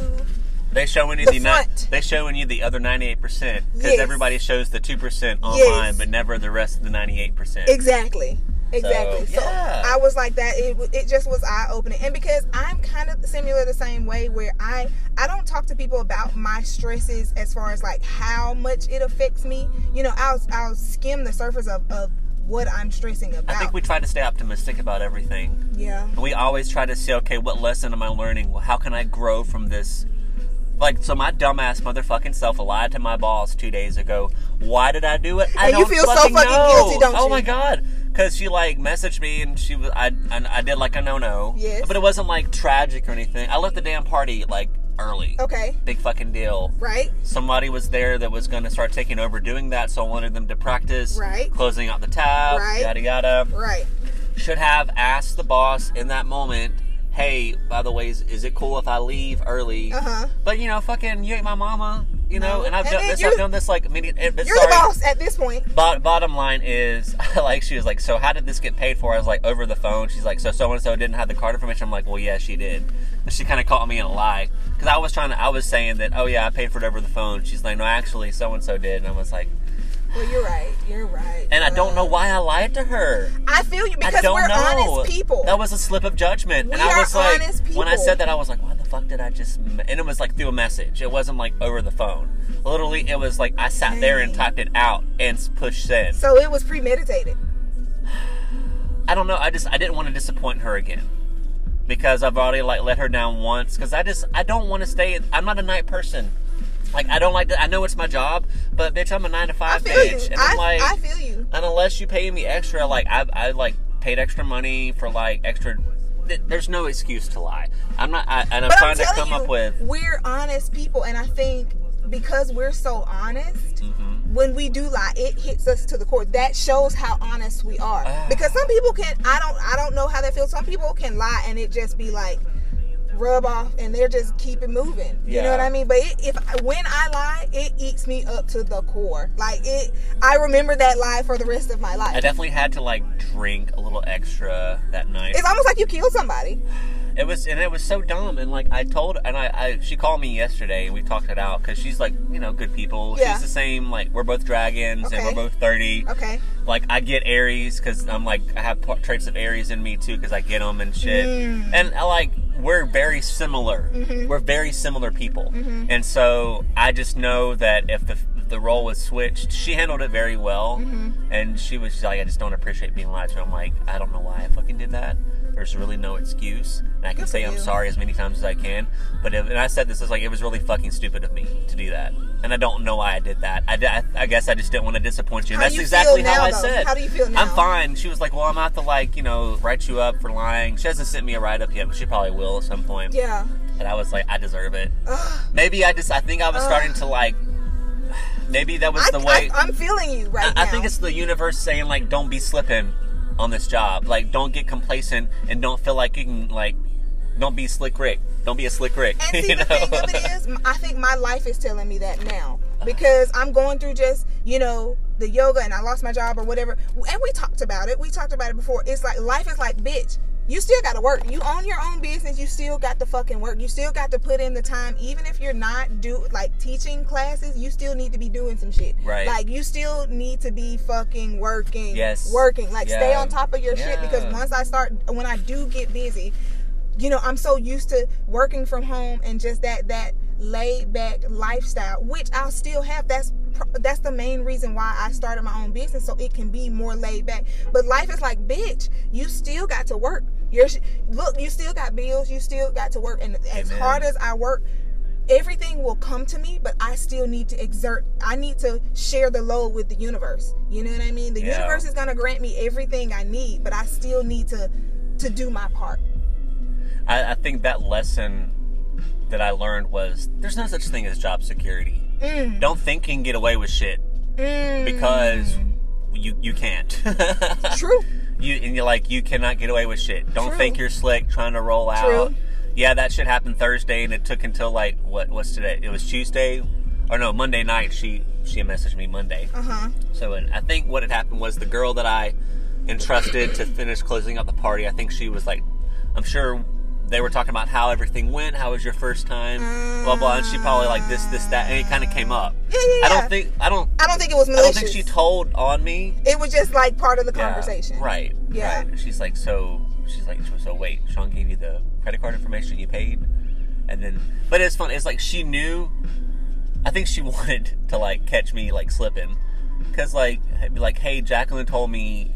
Speaker 2: They showing you
Speaker 5: The
Speaker 2: the, ni-
Speaker 5: front.
Speaker 2: they showing you the other ninety eight percent because
Speaker 5: Yes.
Speaker 2: everybody shows the two percent online,
Speaker 5: Yes.
Speaker 2: but never the rest of the ninety eight percent.
Speaker 5: Exactly. Exactly. So,
Speaker 2: yeah.
Speaker 5: I was like that. It, w- it just was eye opening, and because I'm kind of similar the same way, where I I don't talk to people about my stresses as far as like how much it affects me. You know, I'll I'll skim the surface of, of what I'm stressing about.
Speaker 2: I think we try to stay optimistic about everything.
Speaker 5: yeah.
Speaker 2: We always try to see, okay, what lesson am I learning? Well, how can I grow from this? Like, so my dumbass motherfucking self lied to my boss two days ago. Why did I do it? I
Speaker 5: And you
Speaker 2: don't
Speaker 5: feel so fucking
Speaker 2: know.
Speaker 5: guilty, don't
Speaker 2: oh
Speaker 5: you?
Speaker 2: my god, because she like messaged me and she was I and I did like a no no.
Speaker 5: Yes.
Speaker 2: But it wasn't like tragic or anything. I left the damn party like early.
Speaker 5: Okay.
Speaker 2: Big fucking deal.
Speaker 5: Right.
Speaker 2: somebody was there that was going to start taking over doing that, so I wanted them to practice
Speaker 5: Right.
Speaker 2: closing out the tab,
Speaker 5: Right.
Speaker 2: yada yada.
Speaker 5: Right.
Speaker 2: Should have asked the boss in that moment, hey, by the way, is, is it cool if I leave early?
Speaker 5: Uh huh.
Speaker 2: But you know, fucking, you ain't my mama, you know.
Speaker 5: No.
Speaker 2: And I've
Speaker 5: And
Speaker 2: done
Speaker 5: then
Speaker 2: this.
Speaker 5: you're-
Speaker 2: I've done this like many. But
Speaker 5: You're
Speaker 2: sorry.
Speaker 5: the boss at this point.
Speaker 2: Bo- bottom line is, like, she was like, so how did this get paid for? I was like, over the phone. She's like, so so and so didn't have the card information. I'm like, well, yeah, she did. And she kind of caught me in a lie because I was trying to, I was saying that, oh yeah, I paid for it over the phone. She's like, no, actually, so and so did. And I was like,
Speaker 5: Well, you're right. You're right.
Speaker 2: and I don't know
Speaker 5: why.
Speaker 2: why I lied to her.
Speaker 5: I feel you
Speaker 2: I
Speaker 5: because
Speaker 2: don't
Speaker 5: we're
Speaker 2: know.
Speaker 5: honest people.
Speaker 2: That was a slip of judgment.
Speaker 5: We
Speaker 2: and I
Speaker 5: are
Speaker 2: was like,
Speaker 5: honest
Speaker 2: when I
Speaker 5: people.
Speaker 2: said that, I was like, why the fuck did I just? m-" And it was like through a message. It wasn't like over the phone. Literally, it was like I sat there and
Speaker 5: Dang.
Speaker 2: typed it out and s- pushed send.
Speaker 5: so it was premeditated.
Speaker 2: I don't know. I just I didn't want to disappoint her again because I've already like let her down once. Because I just I don't want to stay. I'm not a night person. Like I don't like. To, I know it's my job, but bitch, I'm a nine to
Speaker 5: I
Speaker 2: five
Speaker 5: feel
Speaker 2: bitch,
Speaker 5: you.
Speaker 2: and
Speaker 5: I,
Speaker 2: I'm like,
Speaker 5: I feel you.
Speaker 2: and unless you pay me extra, like I I like paid extra money for like extra. th- There's no excuse to lie. I'm not. I, and I'm
Speaker 5: but
Speaker 2: trying
Speaker 5: I'm
Speaker 2: to
Speaker 5: telling
Speaker 2: come
Speaker 5: you,
Speaker 2: up with.
Speaker 5: we're honest people, and I think because we're so honest,
Speaker 2: Mm-hmm.
Speaker 5: when we do lie, it hits us to the core. That shows how honest we are.
Speaker 2: Ah.
Speaker 5: because some people can, I don't, I don't know how they feel. Some people can lie and it just be like rub off, and they're just keep it moving. You know
Speaker 2: Yeah.
Speaker 5: what I mean? But it, if when I lie, it eats me up to the core. Like it, I remember that lie for the rest of my life.
Speaker 2: I definitely had to like drink a little extra that night.
Speaker 5: it's almost like you killed somebody.
Speaker 2: It was, and it was so dumb. And like I told, and I, I she called me yesterday, and we talked it out because she's like, you know, good people.
Speaker 5: Yeah.
Speaker 2: She's the same. Like we're both dragons, and
Speaker 5: Okay.
Speaker 2: we're both thirty.
Speaker 5: Okay.
Speaker 2: Like I get Aries because I'm like I have par- traits of Aries in me too because I get them and shit.
Speaker 5: Mm.
Speaker 2: And I like we're very similar.
Speaker 5: Mm-hmm.
Speaker 2: We're very similar people, and so I just know that if the the role was switched, she handled it very well,
Speaker 5: Mm-hmm.
Speaker 2: and she was just like, I just don't appreciate being lied to. I'm like, I don't know why I fucking did that. There's really no excuse, and I can
Speaker 5: Good
Speaker 2: say
Speaker 5: for
Speaker 2: I'm
Speaker 5: you.
Speaker 2: sorry as many times as I can. But if, and I said this is like it was really fucking stupid of me to do that, and I don't know why I did that. I, di- I, I guess I just didn't want to disappoint you.
Speaker 5: How
Speaker 2: That's
Speaker 5: you
Speaker 2: exactly
Speaker 5: feel
Speaker 2: how
Speaker 5: now,
Speaker 2: I
Speaker 5: though?
Speaker 2: said.
Speaker 5: How do you feel
Speaker 2: I'm
Speaker 5: now?
Speaker 2: fine. She was like, "Well, I'm out to like you know write you up for lying." She hasn't sent me a write up yet, but she probably will at some point.
Speaker 5: Yeah.
Speaker 2: And I was like, "I deserve it."
Speaker 5: Ugh.
Speaker 2: Maybe I just I think I was
Speaker 5: Ugh.
Speaker 2: starting to like. Maybe that was
Speaker 5: I,
Speaker 2: the way.
Speaker 5: I, am feeling you right now.
Speaker 2: I, I think it's the universe saying like, "Don't be slipping on this job. Like, don't get complacent and don't feel like you can like, don't be slick Rick. Don't be a slick Rick."
Speaker 5: And see,
Speaker 2: you
Speaker 5: the thing
Speaker 2: know? Uh-huh.
Speaker 5: of it is, m- I think my life is telling me that now because I'm going through just, you know, the yoga and I lost my job or whatever. And we talked about it. We talked about it before. It's like life is like, bitch, you still got to work. You own your own business. You still got to fucking work. You still got to put in the time, even if you're not do like teaching classes. You still need to be doing some shit.
Speaker 2: Right.
Speaker 5: Like you still need to be fucking working.
Speaker 2: Yes.
Speaker 5: Working. Like stay
Speaker 2: Yeah.
Speaker 5: on top of your shit because
Speaker 2: Yeah.
Speaker 5: once I start, when I do get busy, you know, I'm so used to working from home and just that that laid back lifestyle, which I'll still have. That's pr- that's the main reason why I started my own business so it can be more laid back. But life is like, bitch, you still got to work. You're sh- look, you still got bills, you still got to work, and as
Speaker 2: Amen.
Speaker 5: hard as I work. Everything will come to me, but I still need to exert. I need to share the load with the universe. You know what I mean? The
Speaker 2: Yeah.
Speaker 5: universe is gonna grant me everything I need, but I still need to to do my part.
Speaker 2: I, I think that lesson that I learned was there's no such thing as job security. Don't think you can get away with shit
Speaker 5: Mm.
Speaker 2: because you you can't.
Speaker 5: True.
Speaker 2: You and you're like you cannot get away with shit. Don't
Speaker 5: True.
Speaker 2: think you're slick trying to roll out.
Speaker 5: True.
Speaker 2: Yeah, that shit happened Thursday, and it took until like what? What's today? It was Tuesday. or no, Monday night she she messaged me Monday.
Speaker 5: Uh huh.
Speaker 2: So and I think what had happened was the girl that I entrusted to finish closing up the party. I think she was like, I'm sure they were talking about how everything went. How was your first time? Blah blah. And she probably like this this that, and it kind of came up.
Speaker 5: Yeah, yeah, yeah.
Speaker 2: I don't think I don't
Speaker 5: I don't think it was
Speaker 2: I don't think
Speaker 5: malicious.
Speaker 2: she told on me.
Speaker 5: it was just like part of the
Speaker 2: Yeah,
Speaker 5: conversation.
Speaker 2: right.
Speaker 5: Yeah.
Speaker 2: Right. She's like, so she's like, so wait, Sean gave you the credit card information you paid, and then, but it's fun. It's like she knew. I think she wanted to like catch me like slipping, cause like I'd be like, hey, Jacqueline told me.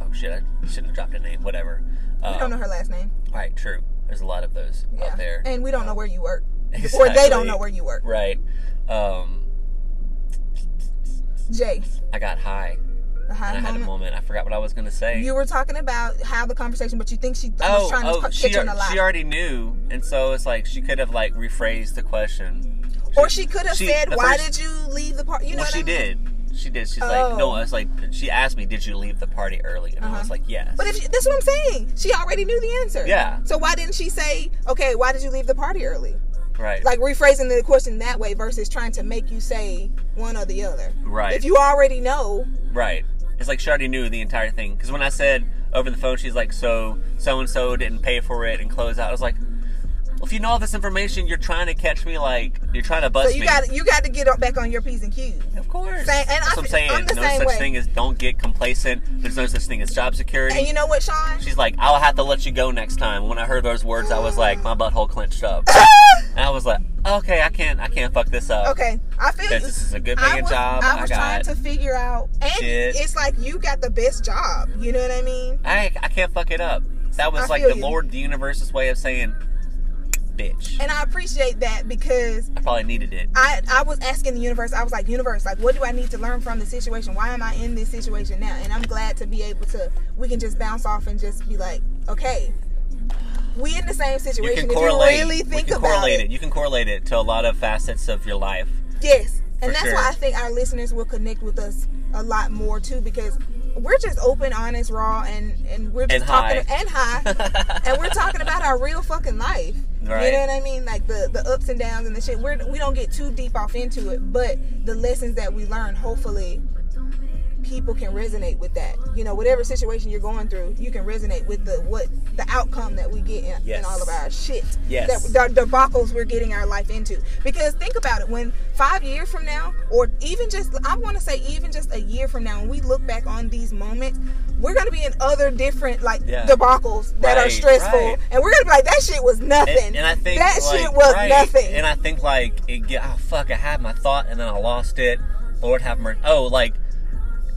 Speaker 2: Oh shit! I shouldn't have dropped a name. Whatever. Um,
Speaker 5: We don't know her last name.
Speaker 2: Right. True. There's a lot of those
Speaker 5: Yeah.
Speaker 2: out there.
Speaker 5: And we don't know where you work. Or they
Speaker 2: Exactly.
Speaker 5: don't know where you work.
Speaker 2: Right. Um,
Speaker 5: Jay,
Speaker 2: I got high.
Speaker 5: the
Speaker 2: And
Speaker 5: high
Speaker 2: I had a
Speaker 5: moment.
Speaker 2: moment. I forgot what I was gonna say.
Speaker 5: You were talking about how the conversation, but you think she was trying to
Speaker 2: Oh, she,
Speaker 5: catch on a
Speaker 2: al-
Speaker 5: lie.
Speaker 2: she already knew, and so it's like she could have like rephrased the question.
Speaker 5: or she could have
Speaker 2: she-
Speaker 5: said,
Speaker 2: the
Speaker 5: "Why
Speaker 2: first-
Speaker 5: did you leave the party?" You know
Speaker 2: well,
Speaker 5: what
Speaker 2: she
Speaker 5: I mean?
Speaker 2: did. She did. She's
Speaker 5: Oh. Uh-huh.
Speaker 2: like, no, I was like, she asked me, did you leave the party early? And I was like, yes.
Speaker 5: But if she, that's what I'm saying, she already knew the answer.
Speaker 2: Yeah.
Speaker 5: So why didn't she say, "Okay, why did you leave the party early?"
Speaker 2: right.
Speaker 5: Like rephrasing the question that way versus trying to make you say one or the other.
Speaker 2: Right.
Speaker 5: If you already know,
Speaker 2: right. It's like she already knew the entire thing. Because when I said over the phone, she's like, so so and so didn't pay for it and close out. I was like, well, if you know all this information, you're trying to catch me. Like you're trying to bust
Speaker 5: so you
Speaker 2: me.
Speaker 5: got you got to get up back on your p's and q's.
Speaker 2: Of course.
Speaker 5: Same- and
Speaker 2: That's
Speaker 5: I
Speaker 2: what I'm
Speaker 5: fe-
Speaker 2: saying.
Speaker 5: I'm the
Speaker 2: no
Speaker 5: same
Speaker 2: such
Speaker 5: way.
Speaker 2: thing as don't get complacent. There's no such thing as job security.
Speaker 5: And you know what, Sean?
Speaker 2: She's like, I'll have to let you go next time. When I heard those words, I was like, my butthole clenched up. and I was like, okay, I can't, I can't fuck this up.
Speaker 5: Okay, I feel you.
Speaker 2: Because this is a good
Speaker 5: I
Speaker 2: paying
Speaker 5: was,
Speaker 2: job.
Speaker 5: I
Speaker 2: I,
Speaker 5: was
Speaker 2: got.
Speaker 5: trying to figure out, and
Speaker 2: Shit.
Speaker 5: it's like you got the best job. You know what I mean?
Speaker 2: I, I can't fuck it up. That was
Speaker 5: I
Speaker 2: like
Speaker 5: feel
Speaker 2: the
Speaker 5: you.
Speaker 2: Lord, the universe's way of saying, bitch.
Speaker 5: And I appreciate that because
Speaker 2: I probably needed it.
Speaker 5: I I was asking the universe. I was like, universe, like, what do I need to learn from the situation? Why am I in this situation now? And I'm glad to be able to. We can just bounce off and just be like, okay, we in the same
Speaker 2: You
Speaker 5: situation.
Speaker 2: can
Speaker 5: if you
Speaker 2: correlate.
Speaker 5: really
Speaker 2: we
Speaker 5: think
Speaker 2: can
Speaker 5: about
Speaker 2: correlate
Speaker 5: it,
Speaker 2: it. You can correlate it to a lot of facets of your life.
Speaker 5: Yes. And
Speaker 2: For
Speaker 5: that's
Speaker 2: sure.
Speaker 5: why I think our listeners will connect with us a lot more too because we're just open, honest, raw and and we're just
Speaker 2: And
Speaker 5: talking
Speaker 2: high.
Speaker 5: and high. and we're talking about our real fucking life. You
Speaker 2: Right.
Speaker 5: know what I mean? Like the the ups and downs and the shit. We're we don't get too deep off into it, but the lessons that we learn hopefully people can resonate with that. You know, whatever situation you're going through, you can resonate with the what the outcome that we get in, in
Speaker 2: Yes.
Speaker 5: all of our shit.
Speaker 2: Yes.
Speaker 5: That, the debacles we're getting our life into. Because think about it, when five years from now, or even just I want to say even just a year from now, when we look back on these moments, we're gonna be in other different like
Speaker 2: Yeah.
Speaker 5: debacles that are
Speaker 2: Right,
Speaker 5: stressful,
Speaker 2: right.
Speaker 5: and we're gonna be like that shit was nothing.
Speaker 2: And, and I think
Speaker 5: that
Speaker 2: like,
Speaker 5: shit was
Speaker 2: right.
Speaker 5: nothing.
Speaker 2: And I think like it get oh fuck, I had my thought and then I lost it. Lord have mercy. Oh, like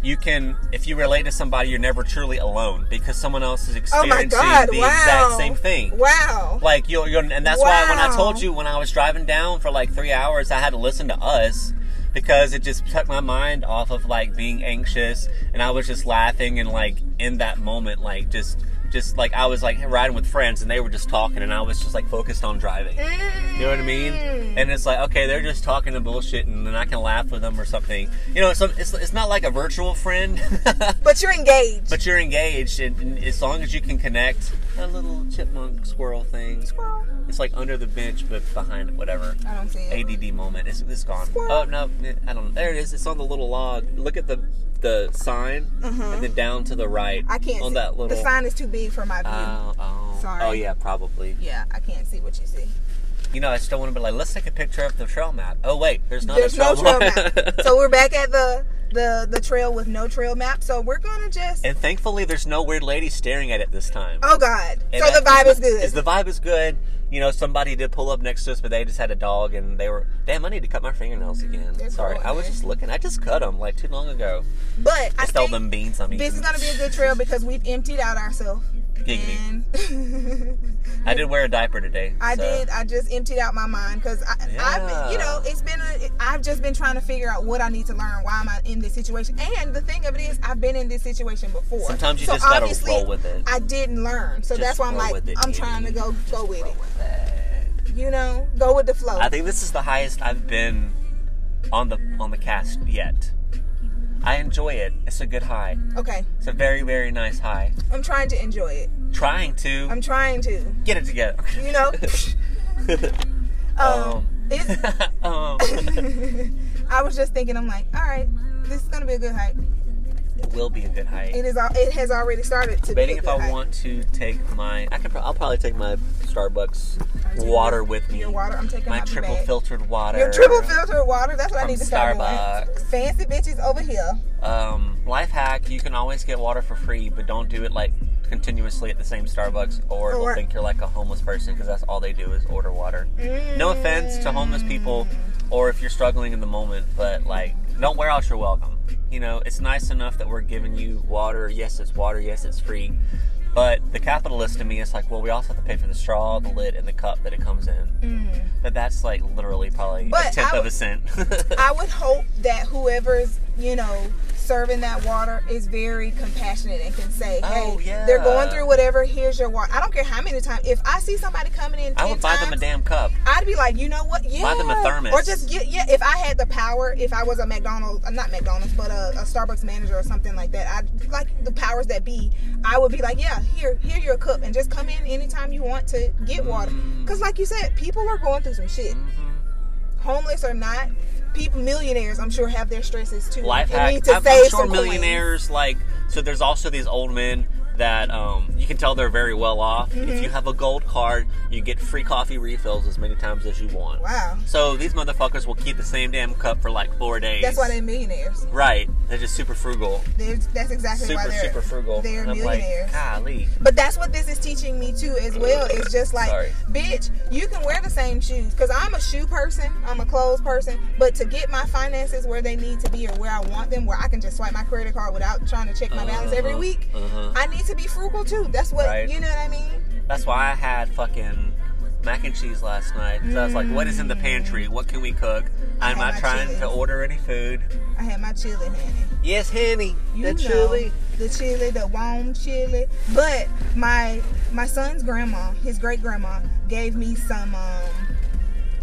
Speaker 2: you can if you relate to somebody, you're never truly alone because someone else is
Speaker 5: oh my
Speaker 2: experiencing
Speaker 5: god!
Speaker 2: the
Speaker 5: wow.
Speaker 2: exact same thing.
Speaker 5: Wow.
Speaker 2: Like you'll, you'll and that's why when I
Speaker 5: Wow.
Speaker 2: told you when I was driving down for like three hours, I had to listen to us because it just took my mind off of like being anxious and I was just laughing and like in that moment, like just just like I was like riding with friends and they were just talking and I was just like focused on driving. You know what I mean? And it's like, okay, they're just talking and bullshit, and then I can laugh with them or something. You know, it's, it's, it's not like a virtual friend,
Speaker 5: But you're engaged.
Speaker 2: but you're engaged, and, and as long as you can connect, a little chipmunk squirrel thing.
Speaker 5: Squirrel.
Speaker 2: It's like under the bench, but behind it, whatever.
Speaker 5: I don't see it.
Speaker 2: ADD moment. It's, it's gone.
Speaker 5: Squirrel.
Speaker 2: Oh no, I don't. There it is. It's on the little log. Look at the the sign, and then down to the right.
Speaker 5: Mm-hmm. I can't
Speaker 2: on
Speaker 5: see.
Speaker 2: that little.
Speaker 5: The sign is too big for my view.
Speaker 2: Oh, oh,
Speaker 5: Sorry.
Speaker 2: oh yeah, probably.
Speaker 5: yeah, I can't see what you see.
Speaker 2: You know, I still want to be like, let's take a picture of the trail map. Oh wait, there's not
Speaker 5: There's
Speaker 2: a
Speaker 5: no
Speaker 2: trail
Speaker 5: trail
Speaker 2: map.
Speaker 5: map. so we're back at the the the trail with no trail map. So we're gonna just
Speaker 2: and thankfully, there's no weird lady staring at it this time.
Speaker 5: oh god.
Speaker 2: And
Speaker 5: so the
Speaker 2: that-
Speaker 5: vibe is good.
Speaker 2: Is the vibe is good. You know, somebody did pull up next to us, but they just had a dog, and they were damn. I need to cut my fingernails again.
Speaker 5: It's
Speaker 2: Sorry,
Speaker 5: all
Speaker 2: I was
Speaker 5: right.
Speaker 2: just looking. I just cut them like too long ago.
Speaker 5: but I
Speaker 2: I stole
Speaker 5: think
Speaker 2: them beans. I'm eating.
Speaker 5: this is gonna be a good trail because we've emptied out ourselves.
Speaker 2: Giggity.
Speaker 5: And
Speaker 2: I did wear a diaper today.
Speaker 5: I
Speaker 2: so-
Speaker 5: did. I just emptied out my mind because I, I've, you
Speaker 2: Yeah.
Speaker 5: know, it's been. A, I've just been trying to figure out what I need to learn. Why am I in this situation? And the thing of it is, I've been in this situation before.
Speaker 2: Sometimes you
Speaker 5: So
Speaker 2: just gotta
Speaker 5: obviously,
Speaker 2: roll with it.
Speaker 5: I didn't learn, so
Speaker 2: Just
Speaker 5: that's why I'm
Speaker 2: roll
Speaker 5: like,
Speaker 2: with it,
Speaker 5: I'm trying to
Speaker 2: Katie.
Speaker 5: go go with
Speaker 2: Roll
Speaker 5: it.
Speaker 2: with it.
Speaker 5: You know, go with the flow.
Speaker 2: I think this is the highest I've been on the on the cast yet. I enjoy it. It's a good high.
Speaker 5: okay,
Speaker 2: It's a very very nice high.
Speaker 5: I'm trying to enjoy it.
Speaker 2: Trying to
Speaker 5: I'm trying to.
Speaker 2: get it together.
Speaker 5: You know. um,
Speaker 2: um,
Speaker 5: It's,
Speaker 2: um,
Speaker 5: I was just thinking, I'm like, all right, this is gonna be a good hike.
Speaker 2: it will be a good hike.
Speaker 5: It is. All, it has already started to.
Speaker 2: debating
Speaker 5: be a
Speaker 2: if
Speaker 5: good
Speaker 2: I
Speaker 5: hike.
Speaker 2: want to take my. I could. pro- I'll probably take my Starbucks
Speaker 5: taking
Speaker 2: water
Speaker 5: your-
Speaker 2: with me.
Speaker 5: your water. I'm taking
Speaker 2: my
Speaker 5: out the
Speaker 2: triple
Speaker 5: bag.
Speaker 2: filtered water.
Speaker 5: Your triple filtered water. That's what I
Speaker 2: From
Speaker 5: need to start doing.
Speaker 2: Starbucks.
Speaker 5: Fancy bitches over here.
Speaker 2: Um, life hack: you can always get water for free, but don't do it like continuously at the same Starbucks, or,
Speaker 5: Or-
Speaker 2: they'll think you're like a homeless person because that's all they do is order water. No offense to homeless people, or if you're struggling in the moment, but like, don't wear out your welcome. You know, it's nice enough that we're giving you water. Yes, it's water. Yes, it's free. But the capitalist in me is like, well, we also have to pay for the straw, the lid, and the cup that it comes in. But that's like literally probably
Speaker 5: Mm.
Speaker 2: a
Speaker 5: But
Speaker 2: tenth
Speaker 5: I
Speaker 2: of
Speaker 5: would-
Speaker 2: a cent.
Speaker 5: I would hope that whoever's, you know, serving that water is very compassionate and can say,
Speaker 2: Oh,
Speaker 5: hey,
Speaker 2: yeah.
Speaker 5: they're going through whatever, here's your water. I don't care how many times. If I see somebody coming in 10
Speaker 2: I would buy them a
Speaker 5: times,
Speaker 2: damn cup.
Speaker 5: I'd be like, you know what? Yeah.
Speaker 2: them a thermos.
Speaker 5: Or just get yeah. If I had the power, if I was a McDonald's, uh, not McDonald's, but a, a Starbucks manager or something like that, I'd like the powers that be. I would be like, yeah, here, here, your cup, and just come in anytime you want to get
Speaker 2: Mm-hmm.
Speaker 5: water. Cause like you said, people are going through some shit.
Speaker 2: Mm-hmm.
Speaker 5: Homeless or not, people, millionaires, I'm sure have their stresses too.
Speaker 2: life
Speaker 5: and
Speaker 2: hack.
Speaker 5: Need to
Speaker 2: I'm,
Speaker 5: save
Speaker 2: I'm sure
Speaker 5: some coins.
Speaker 2: millionaires like so. There's also these old men that um, you can tell they're very well off.
Speaker 5: Mm-hmm.
Speaker 2: If you have a gold card, you get free coffee refills as many times as you want.
Speaker 5: Wow,
Speaker 2: So these motherfuckers will keep the same damn cup for like four days.
Speaker 5: that's why they're millionaires.
Speaker 2: Right, they're just super frugal,
Speaker 5: They're, that's exactly why
Speaker 2: super
Speaker 5: they're
Speaker 2: super frugal.
Speaker 5: They're
Speaker 2: and I'm like,
Speaker 5: millionaires.
Speaker 2: golly,
Speaker 5: But that's what this is teaching me too, as well. It's just like,
Speaker 2: Sorry.
Speaker 5: bitch, you can wear the same shoes because I'm a shoe person, I'm a clothes person. But to get my finances where they need to be or where I want them, where I can just swipe my credit card without trying to check my balance every
Speaker 2: Uh-huh,
Speaker 5: week,
Speaker 2: uh-huh.
Speaker 5: I need to be frugal too. That's what
Speaker 2: Right.
Speaker 5: you know what I mean.
Speaker 2: That's why I had fucking mac and cheese last night. 'cause I was like, what is in the pantry? What can we cook?
Speaker 5: I
Speaker 2: I'm
Speaker 5: had
Speaker 2: not
Speaker 5: my
Speaker 2: trying
Speaker 5: chilies.
Speaker 2: to order any food.
Speaker 5: I had my chili, honey.
Speaker 2: Yes, honey,
Speaker 5: You
Speaker 2: the
Speaker 5: know,
Speaker 2: chili.
Speaker 5: the chili, the warm chili. But my my son's grandma, his great grandma, gave me some um,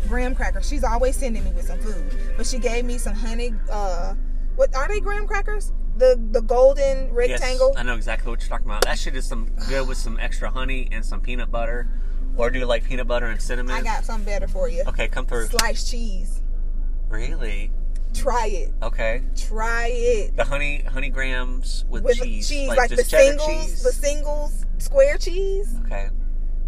Speaker 5: graham crackers. She's always sending me with some food, but she gave me some honey. Uh, what are they graham crackers? The the golden rectangle.
Speaker 2: Yes, I know exactly what you're talking about. That shit is some good with some extra honey and some peanut butter, or do like peanut butter and cinnamon.
Speaker 5: I got something better for you.
Speaker 2: okay, come through.
Speaker 5: Sliced cheese.
Speaker 2: Really?
Speaker 5: Try it.
Speaker 2: Okay.
Speaker 5: Try it.
Speaker 2: The honey honey grams with,
Speaker 5: With
Speaker 2: cheese,
Speaker 5: like, the
Speaker 2: just cheddar
Speaker 5: singles,
Speaker 2: cheese.
Speaker 5: the singles square cheese.
Speaker 2: okay.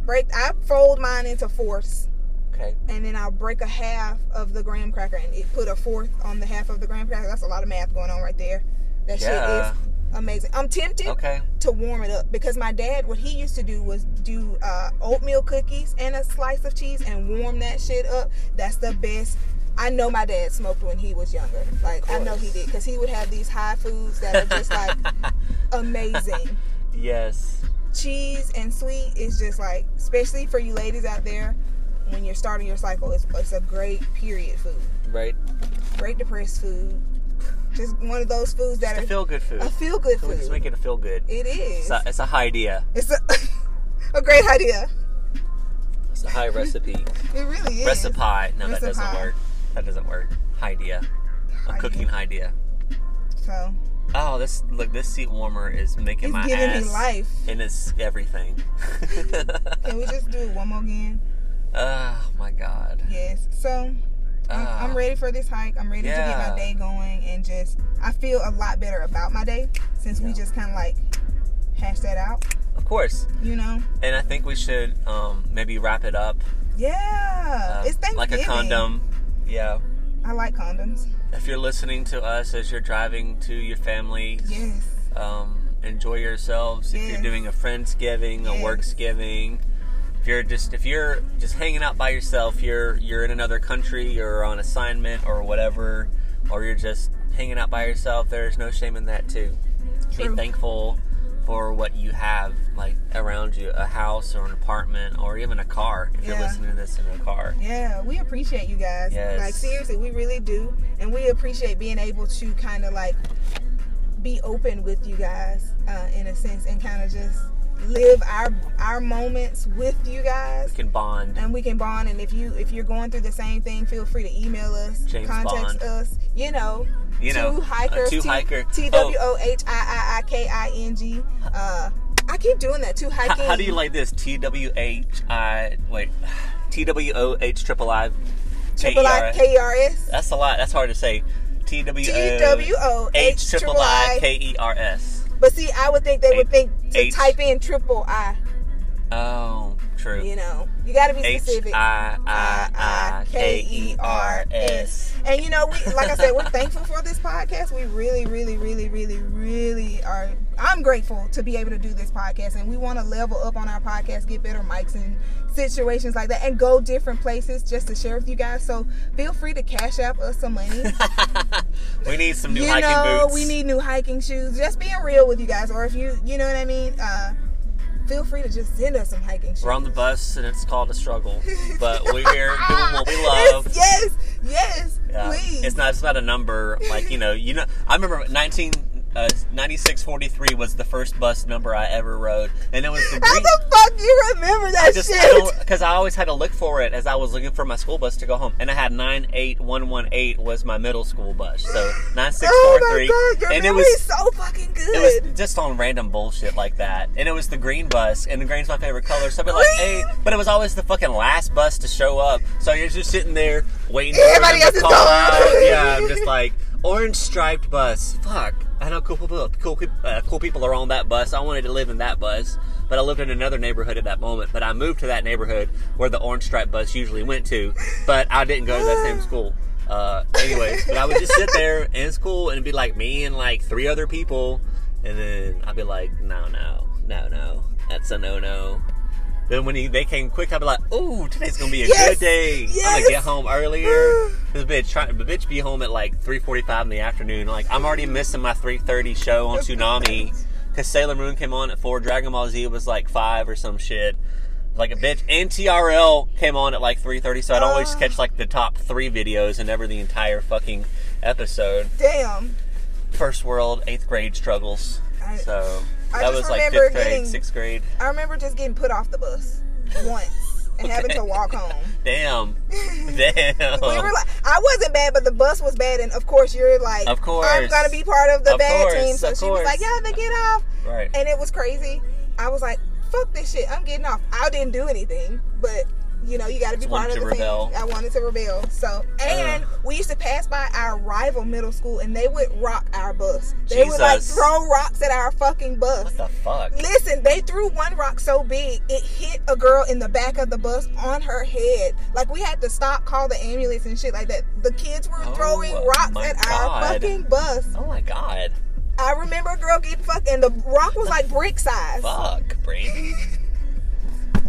Speaker 5: Break. I fold mine into fourths.
Speaker 2: Okay.
Speaker 5: and then I'll break a half of the graham cracker and it put a fourth on the half of the graham cracker. That's a lot of math going on right there. That
Speaker 2: Yeah.
Speaker 5: shit is amazing. I'm tempted
Speaker 2: Okay.
Speaker 5: to warm it up because my dad, what he used to do was do uh, oatmeal cookies and a slice of cheese and warm that shit up. That's the best. I know my dad smoked when he was younger. Like I know he did because he would have these high foods that are just like amazing.
Speaker 2: Yes.
Speaker 5: Cheese and sweet is just like, especially for you ladies out there, when you're starting your cycle, it's, it's a great period food.
Speaker 2: Right.
Speaker 5: great depressed food. Just one of those foods that
Speaker 2: It's a
Speaker 5: are
Speaker 2: feel good food.
Speaker 5: a feel good
Speaker 2: Can we just
Speaker 5: food.
Speaker 2: make it a feel good?
Speaker 5: It
Speaker 2: It's
Speaker 5: is.
Speaker 2: a, it's a high idea.
Speaker 5: It's a, a great idea.
Speaker 2: It's a high recipe.
Speaker 5: It really is.
Speaker 2: Recipe. No, that doesn't
Speaker 5: Recipe.
Speaker 2: work. That doesn't work. High idea. A
Speaker 5: Idea.
Speaker 2: cooking idea.
Speaker 5: So
Speaker 2: Oh, this look. This seat warmer is making
Speaker 5: it's
Speaker 2: my
Speaker 5: giving
Speaker 2: ass
Speaker 5: me life.
Speaker 2: and it's everything.
Speaker 5: Can we just do it one more again?
Speaker 2: oh my god.
Speaker 5: Yes. So I'm,
Speaker 2: Ah.
Speaker 5: I'm ready for this hike. I'm ready to get
Speaker 2: Yeah.
Speaker 5: my day going and just I feel a lot better about my day since we
Speaker 2: Yeah.
Speaker 5: just kind of like hashed that out.
Speaker 2: Of course.
Speaker 5: You know?
Speaker 2: And I think we should um, maybe wrap it up.
Speaker 5: Yeah.
Speaker 2: uh,
Speaker 5: it's Thanksgiving.
Speaker 2: like a condom. Yeah.
Speaker 5: I like condoms.
Speaker 2: If you're listening to us as you're driving to your family,
Speaker 5: Yes.
Speaker 2: um, enjoy yourselves. If
Speaker 5: Yes.
Speaker 2: you're doing a friendsgiving, a
Speaker 5: Yes.
Speaker 2: worksgiving, if you're just if you're just hanging out by yourself, you're you're in another country, you're on assignment or whatever, or you're just hanging out by yourself. There's no shame in that too.
Speaker 5: True.
Speaker 2: Be thankful for what you have like around you, a house or an apartment or even a car. If
Speaker 5: Yeah.
Speaker 2: you're listening to this in a car,
Speaker 5: Yeah, we appreciate you guys.
Speaker 2: Yes.
Speaker 5: Like seriously, we really do, and we appreciate being able to kind of like be open with you guys uh, in a sense, and kind of just live our our moments with you guys,
Speaker 2: you can bond.
Speaker 5: and we can bond. And if you if you're going through the same thing, feel free to email us,
Speaker 2: James
Speaker 5: contact
Speaker 2: Bond.
Speaker 5: us. You know,
Speaker 2: You know,
Speaker 5: two
Speaker 2: a
Speaker 5: hikers,
Speaker 2: two hiker. Oh.
Speaker 5: T W O H I I I K I N G. Uh, I keep doing that. Two
Speaker 2: How,
Speaker 5: hiking.
Speaker 2: how do you like this? T W H I E wait, T W O H triple I
Speaker 5: Triple
Speaker 2: K-E-R-I.
Speaker 5: I K E R S.
Speaker 2: That's a lot. That's hard to say. T
Speaker 5: T E W
Speaker 2: W O
Speaker 5: O
Speaker 2: H
Speaker 5: H
Speaker 2: triple I K E R S.
Speaker 5: But see, I would think they would
Speaker 2: H-
Speaker 5: think to
Speaker 2: H-
Speaker 5: type in triple I.
Speaker 2: Oh, true.
Speaker 5: You know, you got to be
Speaker 2: H
Speaker 5: specific.
Speaker 2: I I I K E R S.
Speaker 5: And you know, we like I said, we're thankful for this podcast. We really, really, really, really, really are. I'm grateful to be able to do this podcast, and we want to level up on our podcast, get better mics and situations like that, and go different places just to share with you guys. So feel free to cash app us some money.
Speaker 2: E We need some new
Speaker 5: you
Speaker 2: hiking
Speaker 5: know,
Speaker 2: boots.
Speaker 5: we need new hiking shoes. Just being real with you guys, or if you, you know what I mean. Uh, feel free to just send us some hiking shoes.
Speaker 2: We're on the bus and it's called a struggle, but we're here doing what we love.
Speaker 5: Yes, yes,
Speaker 2: Yeah.
Speaker 5: please.
Speaker 2: It's not. It's not a number. Like you know. You know. I remember 19. Uh, 9643 was the first bus number I ever rode, and it was the
Speaker 5: How
Speaker 2: green.
Speaker 5: the fuck do you remember that
Speaker 2: just
Speaker 5: shit?
Speaker 2: because I always had to look for it as I was looking for my school bus to go home, and I had nine eight one one eight was my middle school bus, so nine six
Speaker 5: oh
Speaker 2: four
Speaker 5: my
Speaker 2: three,
Speaker 5: god, your
Speaker 2: and it
Speaker 5: memory
Speaker 2: was
Speaker 5: is so fucking good.
Speaker 2: it was just on random bullshit like that. And it was the green bus, and the green's my favorite color. So I'd be like, hey,
Speaker 5: Green?
Speaker 2: but it was always the fucking last bus to show up. So you're just sitting there waiting for
Speaker 5: Everybody
Speaker 2: them
Speaker 5: else
Speaker 2: to
Speaker 5: is
Speaker 2: call
Speaker 5: gone.
Speaker 2: out. Yeah, I'm just like, orange striped bus. Fuck. I know cool people, cool, peop- uh, cool people are on that bus. I wanted to live in that bus, but I lived in another neighborhood at that moment. But I moved to that neighborhood where the orange striped bus usually went to, but I didn't go to that same school. Uh, anyways, but I would just sit there in school and it'd be like me and like three other people, and then I'd be like, no, no, no, no, that's a no, no. Then when he, they came quick, I'd be like, ooh, today's gonna be a
Speaker 5: Yes!
Speaker 2: good day. I'm
Speaker 5: Yes!
Speaker 2: gonna get home earlier. this bitch, try, the bitch be home at like 3:45 in the afternoon. Like I'm already missing my 3:30 show on Tsunami because Sailor Moon came on at four. Dragon Ball Z was like five or some shit. Like a bitch, and TRL came on at like 3:30, so I'd always
Speaker 5: Ah.
Speaker 2: catch like the top three videos and never the entire fucking episode.
Speaker 5: Damn.
Speaker 2: First world, eighth grade struggles.
Speaker 5: I-
Speaker 2: so
Speaker 5: I
Speaker 2: that
Speaker 5: just
Speaker 2: was like
Speaker 5: remember
Speaker 2: fifth grade,
Speaker 5: getting-
Speaker 2: sixth grade.
Speaker 5: I remember just getting put off the bus once and having to walk home.
Speaker 2: Damn, damn.
Speaker 5: We were like, I wasn't bad, but the bus was bad, and of course you're like,
Speaker 2: Of course.
Speaker 5: I'm gonna be part of the
Speaker 2: Of
Speaker 5: bad
Speaker 2: course,
Speaker 5: team. So
Speaker 2: of
Speaker 5: she was like,
Speaker 2: course.
Speaker 5: yeah, then get off,
Speaker 2: right.
Speaker 5: and it was crazy. I was like, fuck this shit, I'm getting off. I didn't do anything, but you know you got to be
Speaker 2: Just
Speaker 5: part
Speaker 2: wanted
Speaker 5: of the
Speaker 2: to rebel.
Speaker 5: team. I wanted to rebel. So, and we used to pass by our rival middle school, and they would rock our bus. They would like
Speaker 2: Jesus.
Speaker 5: throw rocks at our fucking bus.
Speaker 2: what the fuck?
Speaker 5: Listen, they threw one rock so big it hit a girl in the back of the bus on her head. Like we had to stop, call the ambulance and shit like that. The kids were
Speaker 2: Oh,
Speaker 5: throwing rocks
Speaker 2: my
Speaker 5: at our
Speaker 2: God.
Speaker 5: fucking bus.
Speaker 2: Oh my god.
Speaker 5: I remember a girl getting fucked, and the rock was like brick size.
Speaker 2: Fuck, Brady.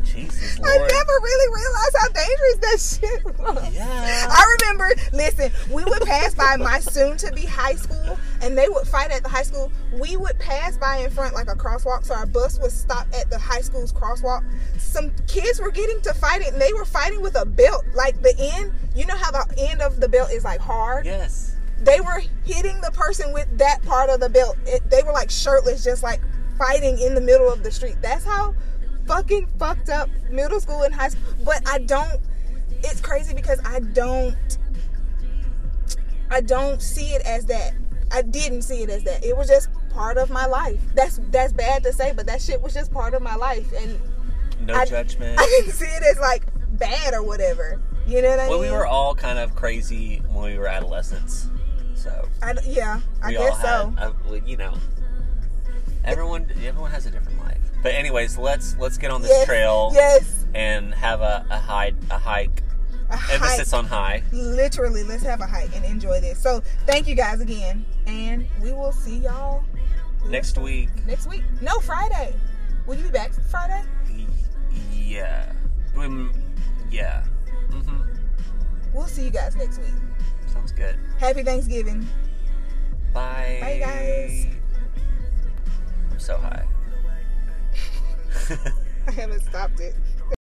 Speaker 2: Jesus
Speaker 5: I
Speaker 2: Lord.
Speaker 5: never really realized how dangerous that shit was.
Speaker 2: Yeah.
Speaker 5: I remember, listen, we would pass by my soon to be high school and they would fight at the high school. We would pass by in front like a crosswalk, so our bus would stop at the high school's crosswalk. Some kids were getting to fighting and they were fighting with a belt. Like the end, you know how the end of the belt is like hard?
Speaker 2: Yes.
Speaker 5: They were hitting the person with that part of the belt. It, they were like shirtless, just like fighting in the middle of the street. That's how fucking fucked up middle school and high school. But I don't. It's crazy because I don't. I don't see it as that. I didn't see it as that. It was just part of my life. That's that's bad to say, but that shit was just part of my life, and
Speaker 2: No
Speaker 5: I-
Speaker 2: judgment.
Speaker 5: I didn't see it as like bad or whatever. You know what I
Speaker 2: well,
Speaker 5: mean?
Speaker 2: we were all kind of crazy when we were adolescents. So
Speaker 5: I d yeah, I
Speaker 2: we all
Speaker 5: guess
Speaker 2: had,
Speaker 5: so.
Speaker 2: uh, well, you know, everyone everyone has a different life. But anyways, let's let's get on this
Speaker 5: yes,
Speaker 2: trail
Speaker 5: Yes.
Speaker 2: and have a a hike a hike
Speaker 5: A hike.
Speaker 2: emphasis on high.
Speaker 5: literally let's have a hike and enjoy this so thank you guys again and we will see y'all
Speaker 2: Next week,
Speaker 5: next week no friday will you be back friday
Speaker 2: y- yeah, Mm, yeah, hmm
Speaker 5: we'll see you guys next week
Speaker 2: sounds good.
Speaker 5: happy thanksgiving
Speaker 2: Bye.
Speaker 5: Bye, guys.
Speaker 2: I'm so high.
Speaker 5: i haven't stopped it